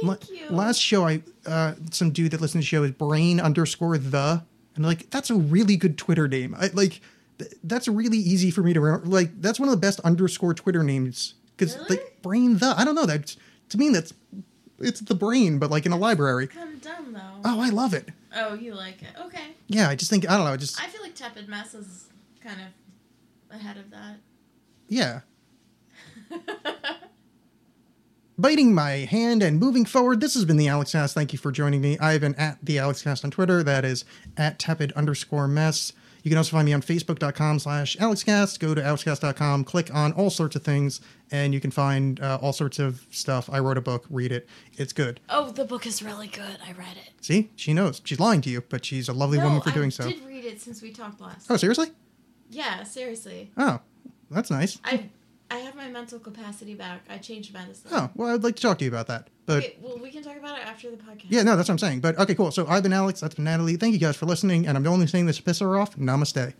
Speaker 6: Thank you.
Speaker 5: Last show, I uh, some dude that listened to the show is brain underscore the, and like that's a really good Twitter name. I like th- that's really easy for me to remember. Like that's one of the best underscore Twitter names because
Speaker 6: Really?
Speaker 5: like brain the. I don't know that to me that's it's the brain, but like in a library.
Speaker 6: Kind of dumb though.
Speaker 5: Oh, I love it.
Speaker 6: Oh, you like it? Okay.
Speaker 5: Yeah, I just think I don't know. I just
Speaker 6: I feel like tepid mess is kind of ahead of that.
Speaker 5: yeah. biting my hand and moving forward. This has been the Alex Cast. Thank you for joining me. I've been at the Alex Cast on Twitter. That is at tepid underscore mess. You can also find me on facebook.com slash alexcast. Go to alexcast.com, click on all sorts of things, and you can find uh, all sorts of stuff. I wrote a book. Read it. It's good.
Speaker 6: Oh, the book is really good. I read it.
Speaker 5: See? She knows. She's lying to you, but she's a lovely woman for
Speaker 6: I
Speaker 5: doing so.
Speaker 6: did read it since we talked last.
Speaker 5: Oh, seriously?
Speaker 6: Yeah, seriously.
Speaker 5: Oh, that's nice.
Speaker 6: I I have my mental capacity back. I changed medicine.
Speaker 5: Oh, well, I'd like to talk to you about that. But
Speaker 6: Okay, well, we can talk about it after the podcast.
Speaker 5: yeah, no, that's what I'm saying. But okay, cool. So I've been Alex. That's been Natalie. Thank you guys for listening. And I'm only saying this to piss her off. Namaste.